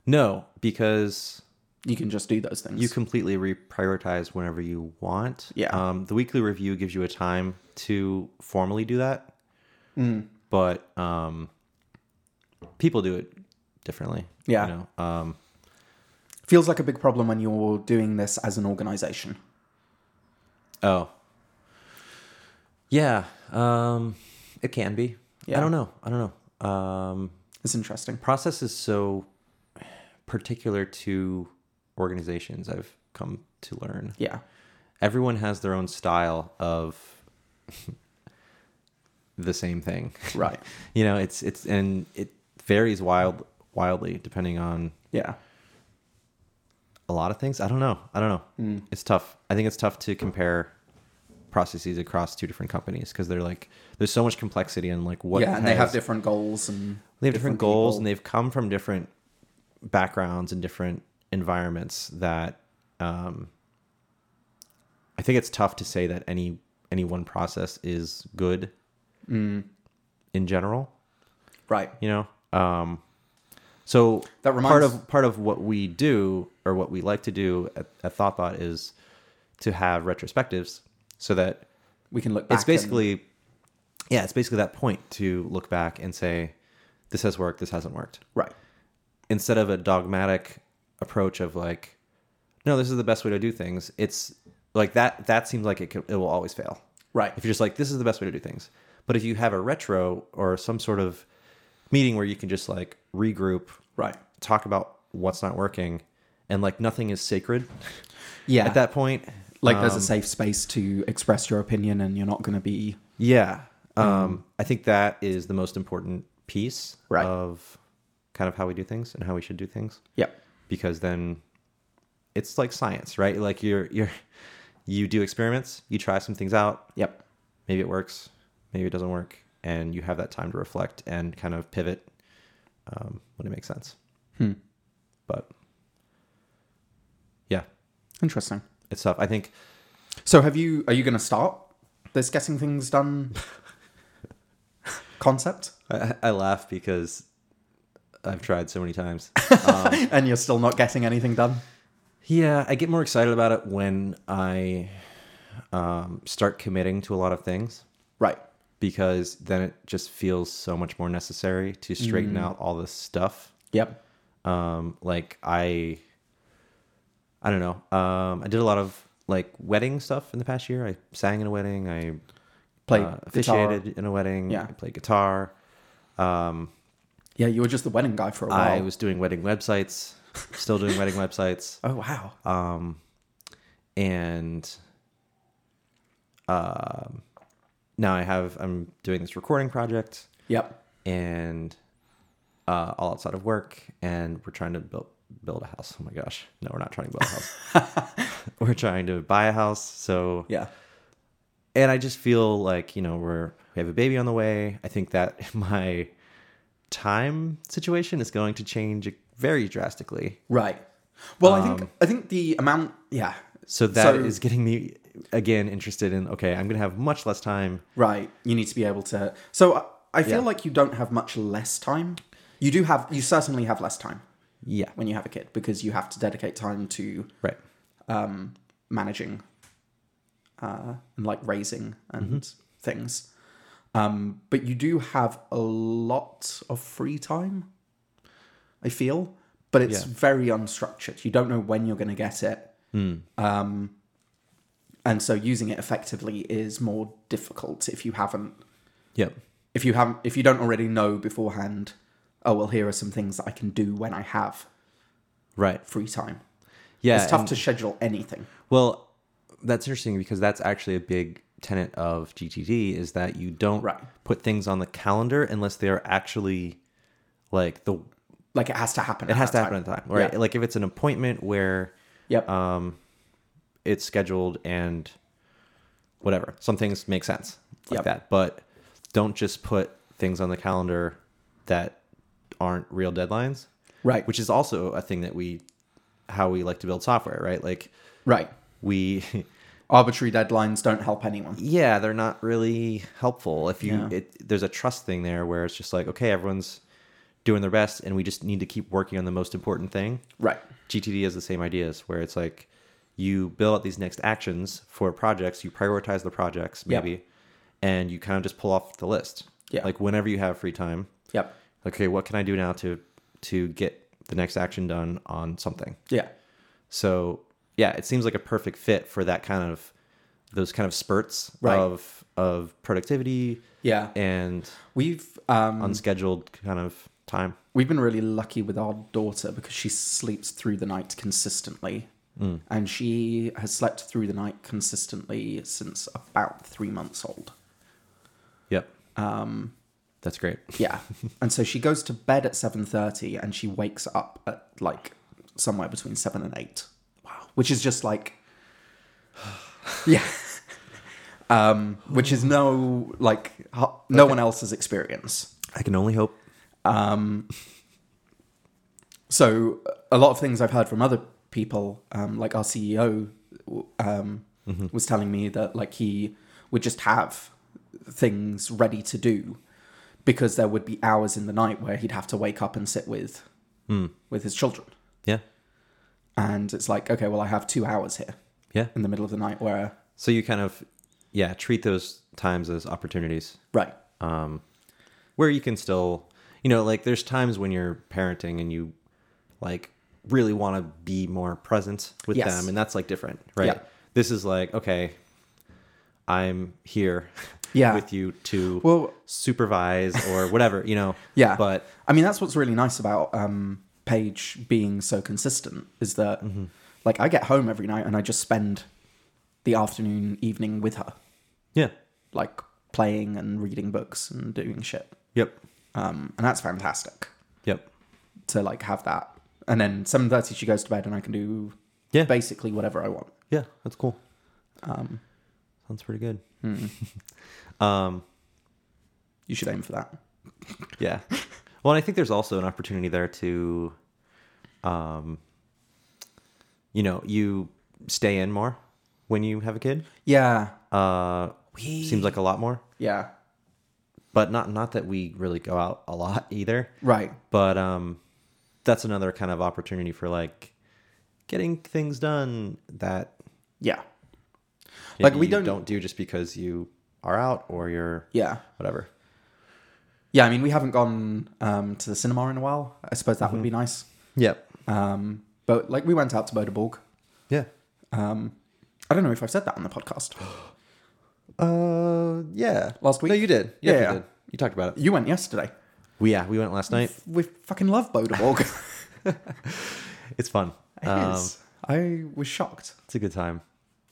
Speaker 2: No, because
Speaker 1: you can just do those things
Speaker 2: you completely reprioritize whenever you want.
Speaker 1: Yeah.
Speaker 2: Um, the weekly review gives you a time to formally do that,
Speaker 1: Mm.
Speaker 2: but um, people do it differently.
Speaker 1: Yeah.
Speaker 2: You know? um,
Speaker 1: feels like a big problem when you're doing this as an organization
Speaker 2: oh. Yeah. Um, it can be.
Speaker 1: Yeah.
Speaker 2: I don't know. I don't know. Um,
Speaker 1: it's interesting
Speaker 2: process is so particular to organizations. I've come to learn.
Speaker 1: yeah
Speaker 2: everyone has their own style of the same thing
Speaker 1: right
Speaker 2: you know it's it's and it varies wild wildly depending on
Speaker 1: yeah
Speaker 2: a lot of things i don't know i don't know
Speaker 1: Hmm.
Speaker 2: it's tough i think it's tough to compare processes across two different companies because they're like there's so much complexity and like what
Speaker 1: yeah, and they
Speaker 2: has-
Speaker 1: have different goals and
Speaker 2: they have different, goals and
Speaker 1: people.
Speaker 2: they've come from different backgrounds and different environments that um, i think it's tough to say that any any one process is good
Speaker 1: Hmm.
Speaker 2: in general
Speaker 1: right.
Speaker 2: you know um, so
Speaker 1: That reminds-
Speaker 2: part of part of what we do or what we like to do at, at thoughtbot is to have retrospectives so that
Speaker 1: We can look back.
Speaker 2: it's basically yeah it's basically that point to look back and say this has worked this hasn't worked
Speaker 1: and- right.
Speaker 2: instead of a dogmatic approach of like no this is the best way to do things it's like that that seems like it, could, it will always fail
Speaker 1: Right.
Speaker 2: if you're just like this is the best way to do things but if you have a retro or some sort of meeting where you can just like regroup
Speaker 1: Right.
Speaker 2: talk about what's not working and like nothing is sacred
Speaker 1: Yeah.
Speaker 2: at that point
Speaker 1: like
Speaker 2: um,
Speaker 1: there's a safe space to express your opinion and you're not going to be Mm-hmm.
Speaker 2: Yeah. Um, I think that is the most important piece
Speaker 1: Right.
Speaker 2: of kind of how we do things and how we should do things
Speaker 1: Yep.
Speaker 2: because then it's like science, right? Like you're you're you do experiments, you try some things out,
Speaker 1: Yep.
Speaker 2: maybe it works, maybe it doesn't work, and you have that time to reflect and kind of pivot um, when it makes sense.
Speaker 1: Hmm.
Speaker 2: But yeah,
Speaker 1: Interesting.
Speaker 2: it's tough. I think
Speaker 1: So have you are you going to start this getting things done concept?
Speaker 2: I, I laugh because I've tried so many times. Um,
Speaker 1: and you're still not getting anything done?
Speaker 2: Yeah, I get more excited about it when I um, start committing to a lot of things.
Speaker 1: Right.
Speaker 2: because then it just feels so much more necessary to straighten out all this stuff.
Speaker 1: Yep.
Speaker 2: Um, like I, I don't know. Um, I did a lot of like wedding stuff in the past year. I sang in a wedding. I
Speaker 1: Play
Speaker 2: uh,
Speaker 1: officiated.
Speaker 2: officiated in a wedding.
Speaker 1: Yeah.
Speaker 2: I played guitar.
Speaker 1: Yeah, you were just the wedding guy for a while.
Speaker 2: I was doing wedding websites. Still doing wedding websites.
Speaker 1: Oh wow.
Speaker 2: um, and um, now I have I'm doing this recording project.
Speaker 1: Yep.
Speaker 2: and uh, all outside of work, and we're trying to build build a house. Oh my gosh, no, we're not trying to build a house. we're trying to buy a house. So,
Speaker 1: Yeah.
Speaker 2: and I just feel like you know we're we have a baby on the way. I think that my time situation is going to change very drastically.
Speaker 1: Right. Well, I
Speaker 2: Um,
Speaker 1: think I think the amount yeah.
Speaker 2: So that is
Speaker 1: So-
Speaker 2: getting me again interested in okay, I'm gonna have much less time.
Speaker 1: Right. You need to be able to So I, I feel
Speaker 2: Yeah.
Speaker 1: like you don't have much less time. You do have you certainly have less time
Speaker 2: Yeah,
Speaker 1: when you have a kid because you have to dedicate time to
Speaker 2: right.
Speaker 1: um, managing uh, and like raising and
Speaker 2: Mm-hmm.
Speaker 1: things. Um, but you do have a lot of free time, I feel, but it's
Speaker 2: Yeah.
Speaker 1: very unstructured. You don't know when you're going to get it.
Speaker 2: Hmm.
Speaker 1: Um, and so using it effectively is more difficult if you haven't
Speaker 2: Yep.
Speaker 1: if you haven't if you don't already know beforehand oh well here are some things that i can do when i have
Speaker 2: Right.
Speaker 1: free time
Speaker 2: Yeah.
Speaker 1: it's tough
Speaker 2: and-
Speaker 1: to schedule anything
Speaker 2: Well, that's interesting because that's actually a big tenet of GTD is that you don't
Speaker 1: Right.
Speaker 2: put things on the calendar unless they are actually like the
Speaker 1: like it has to happen
Speaker 2: it has to happen at the time, right?
Speaker 1: Yeah.
Speaker 2: Like if it's an appointment where
Speaker 1: Yep.
Speaker 2: um it's scheduled and whatever, some things make sense like
Speaker 1: Yep.
Speaker 2: that, but don't just put things on the calendar that aren't real deadlines,
Speaker 1: right.
Speaker 2: which is also a thing that we how we like to build software, right? Like
Speaker 1: right.
Speaker 2: we
Speaker 1: Arbitrary deadlines don't help anyone.
Speaker 2: yeah they're not really helpful if you
Speaker 1: Yeah.
Speaker 2: it, there's a trust thing there where it's just like okay everyone's doing their best and we just need to keep working on the most important thing
Speaker 1: Right.
Speaker 2: gtd has the same ideas where it's like you build out these next actions for projects you prioritize the projects
Speaker 1: Yep.
Speaker 2: maybe and you kind of just pull off the list
Speaker 1: Yeah.
Speaker 2: like whenever you have free time
Speaker 1: Yep.
Speaker 2: like, okay what can i do now to to get the next action done on something
Speaker 1: Yeah.
Speaker 2: so yeah, it seems like a perfect fit for that kind of those kind of spurts
Speaker 1: Right.
Speaker 2: of of productivity
Speaker 1: Yeah.
Speaker 2: and
Speaker 1: We've
Speaker 2: Mm-hmm.
Speaker 1: um
Speaker 2: unscheduled kind of time.
Speaker 1: we've been really lucky with our daughter because she sleeps through the night consistently.
Speaker 2: Mm.
Speaker 1: And she has slept through the night consistently since about three months old.
Speaker 2: Yep. Um that's great.
Speaker 1: Yeah, and so she goes to bed at seven thirty, and she wakes up at like somewhere between seven and eight. Wow, which is just like, yeah, um, which is no like ho- no one else's experience.
Speaker 2: I can only hope.
Speaker 1: So a lot of things I've heard from other people, um, like our CEO, um, was telling me that like he would just have things ready to do because there would be hours in the night where he'd have to wake up and sit with with his children,
Speaker 2: Yeah.
Speaker 1: and it's like okay, well I have two hours here
Speaker 2: Yeah.
Speaker 1: in the middle of the night where
Speaker 2: So you kind of yeah, treat those times as opportunities
Speaker 1: right,
Speaker 2: um, where you can still, you know, like there's times when you're parenting and you like really want to be more present with
Speaker 1: Yes.
Speaker 2: them, and that's like different, right?
Speaker 1: Yeah.
Speaker 2: This is like okay, I'm here,
Speaker 1: Yeah.
Speaker 2: with you to
Speaker 1: Well-
Speaker 2: supervise or whatever, you know,
Speaker 1: yeah.
Speaker 2: But
Speaker 1: I mean that's what's really nice about um, Paige being so consistent is that like I get home every night and I just spend the afternoon evening with her.
Speaker 2: yeah,
Speaker 1: like playing and reading books and doing shit.
Speaker 2: yep,
Speaker 1: Um, and that's fantastic.
Speaker 2: yep,
Speaker 1: to like have that. And then seven thirty she goes to bed and I can do
Speaker 2: Yeah.
Speaker 1: basically whatever I want.
Speaker 2: Yeah, that's cool.
Speaker 1: Um,
Speaker 2: Sounds pretty good. um,
Speaker 1: Hmm. you should aim for that.
Speaker 2: yeah. Well, and I think there's also an opportunity there to, um, you know, you stay in more when you have a kid.
Speaker 1: Yeah.
Speaker 2: Uh, seems like a lot more,
Speaker 1: Yeah.
Speaker 2: but not not that we really go out a lot either.
Speaker 1: Right.
Speaker 2: But um, that's another kind of opportunity for like getting things done that
Speaker 1: Yeah.
Speaker 2: like we don't don't do just because you are out or you're
Speaker 1: Yeah.
Speaker 2: whatever.
Speaker 1: Yeah. I mean, we haven't gone um, to the cinema in a while. I suppose that would be nice.
Speaker 2: Yep.
Speaker 1: Um, but like we went out to Bodeborg.
Speaker 2: Yeah.
Speaker 1: Um, I don't know if I've said that on the podcast.
Speaker 2: Uh, yeah.
Speaker 1: Last
Speaker 2: No,
Speaker 1: week?
Speaker 2: you did.
Speaker 1: Yeah,
Speaker 2: Yeah,
Speaker 1: yeah.
Speaker 2: you did. You talked about it.
Speaker 1: You went yesterday.
Speaker 2: We, yeah, we went last night.
Speaker 1: We fucking love Bodeborg.
Speaker 2: It's fun.
Speaker 1: It
Speaker 2: Um,
Speaker 1: is. I was shocked.
Speaker 2: It's a good time.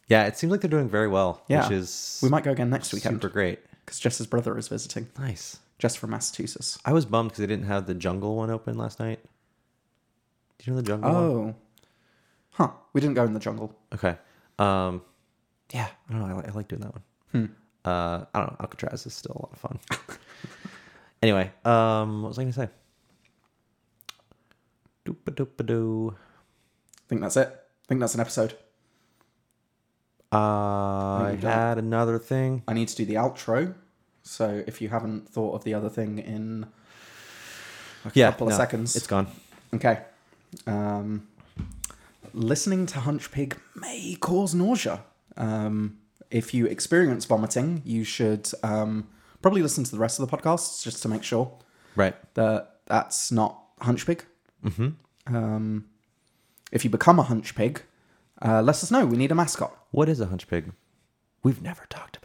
Speaker 2: Yeah, it seems like they're doing very well,
Speaker 1: Yeah.
Speaker 2: which is
Speaker 1: We might go again next weekend
Speaker 2: super great.
Speaker 1: because Jess's brother is visiting.
Speaker 2: Nice.
Speaker 1: Jess from Massachusetts.
Speaker 2: I was bummed because they didn't have the jungle one open last night. Do you know the jungle one?
Speaker 1: Oh. Huh. We didn't go in the jungle.
Speaker 2: Okay. Um, yeah, I don't know. I like, I like doing that one.
Speaker 1: Hmm.
Speaker 2: Uh, I don't know. Alcatraz is still a lot of fun. anyway, um, what was I going to say? Doopa doopa doo.
Speaker 1: I think that's it. I think that's an episode.
Speaker 2: Uh, I
Speaker 1: you've done it.
Speaker 2: had another thing.
Speaker 1: I need to do the outro. So if you haven't thought of the other thing in a
Speaker 2: yeah,
Speaker 1: couple of
Speaker 2: no,
Speaker 1: seconds,
Speaker 2: It's gone.
Speaker 1: okay. Um, listening to Hunch Pig may cause nausea. Um, if you experience vomiting, you should um, probably listen to the rest of the podcasts just to make sure
Speaker 2: Right.
Speaker 1: that that's not Hunch Pig. Mm-hmm. Um, if you become a Hunch Pig, uh, let us know. We need a mascot.
Speaker 2: What is a hunchpig? We've never talked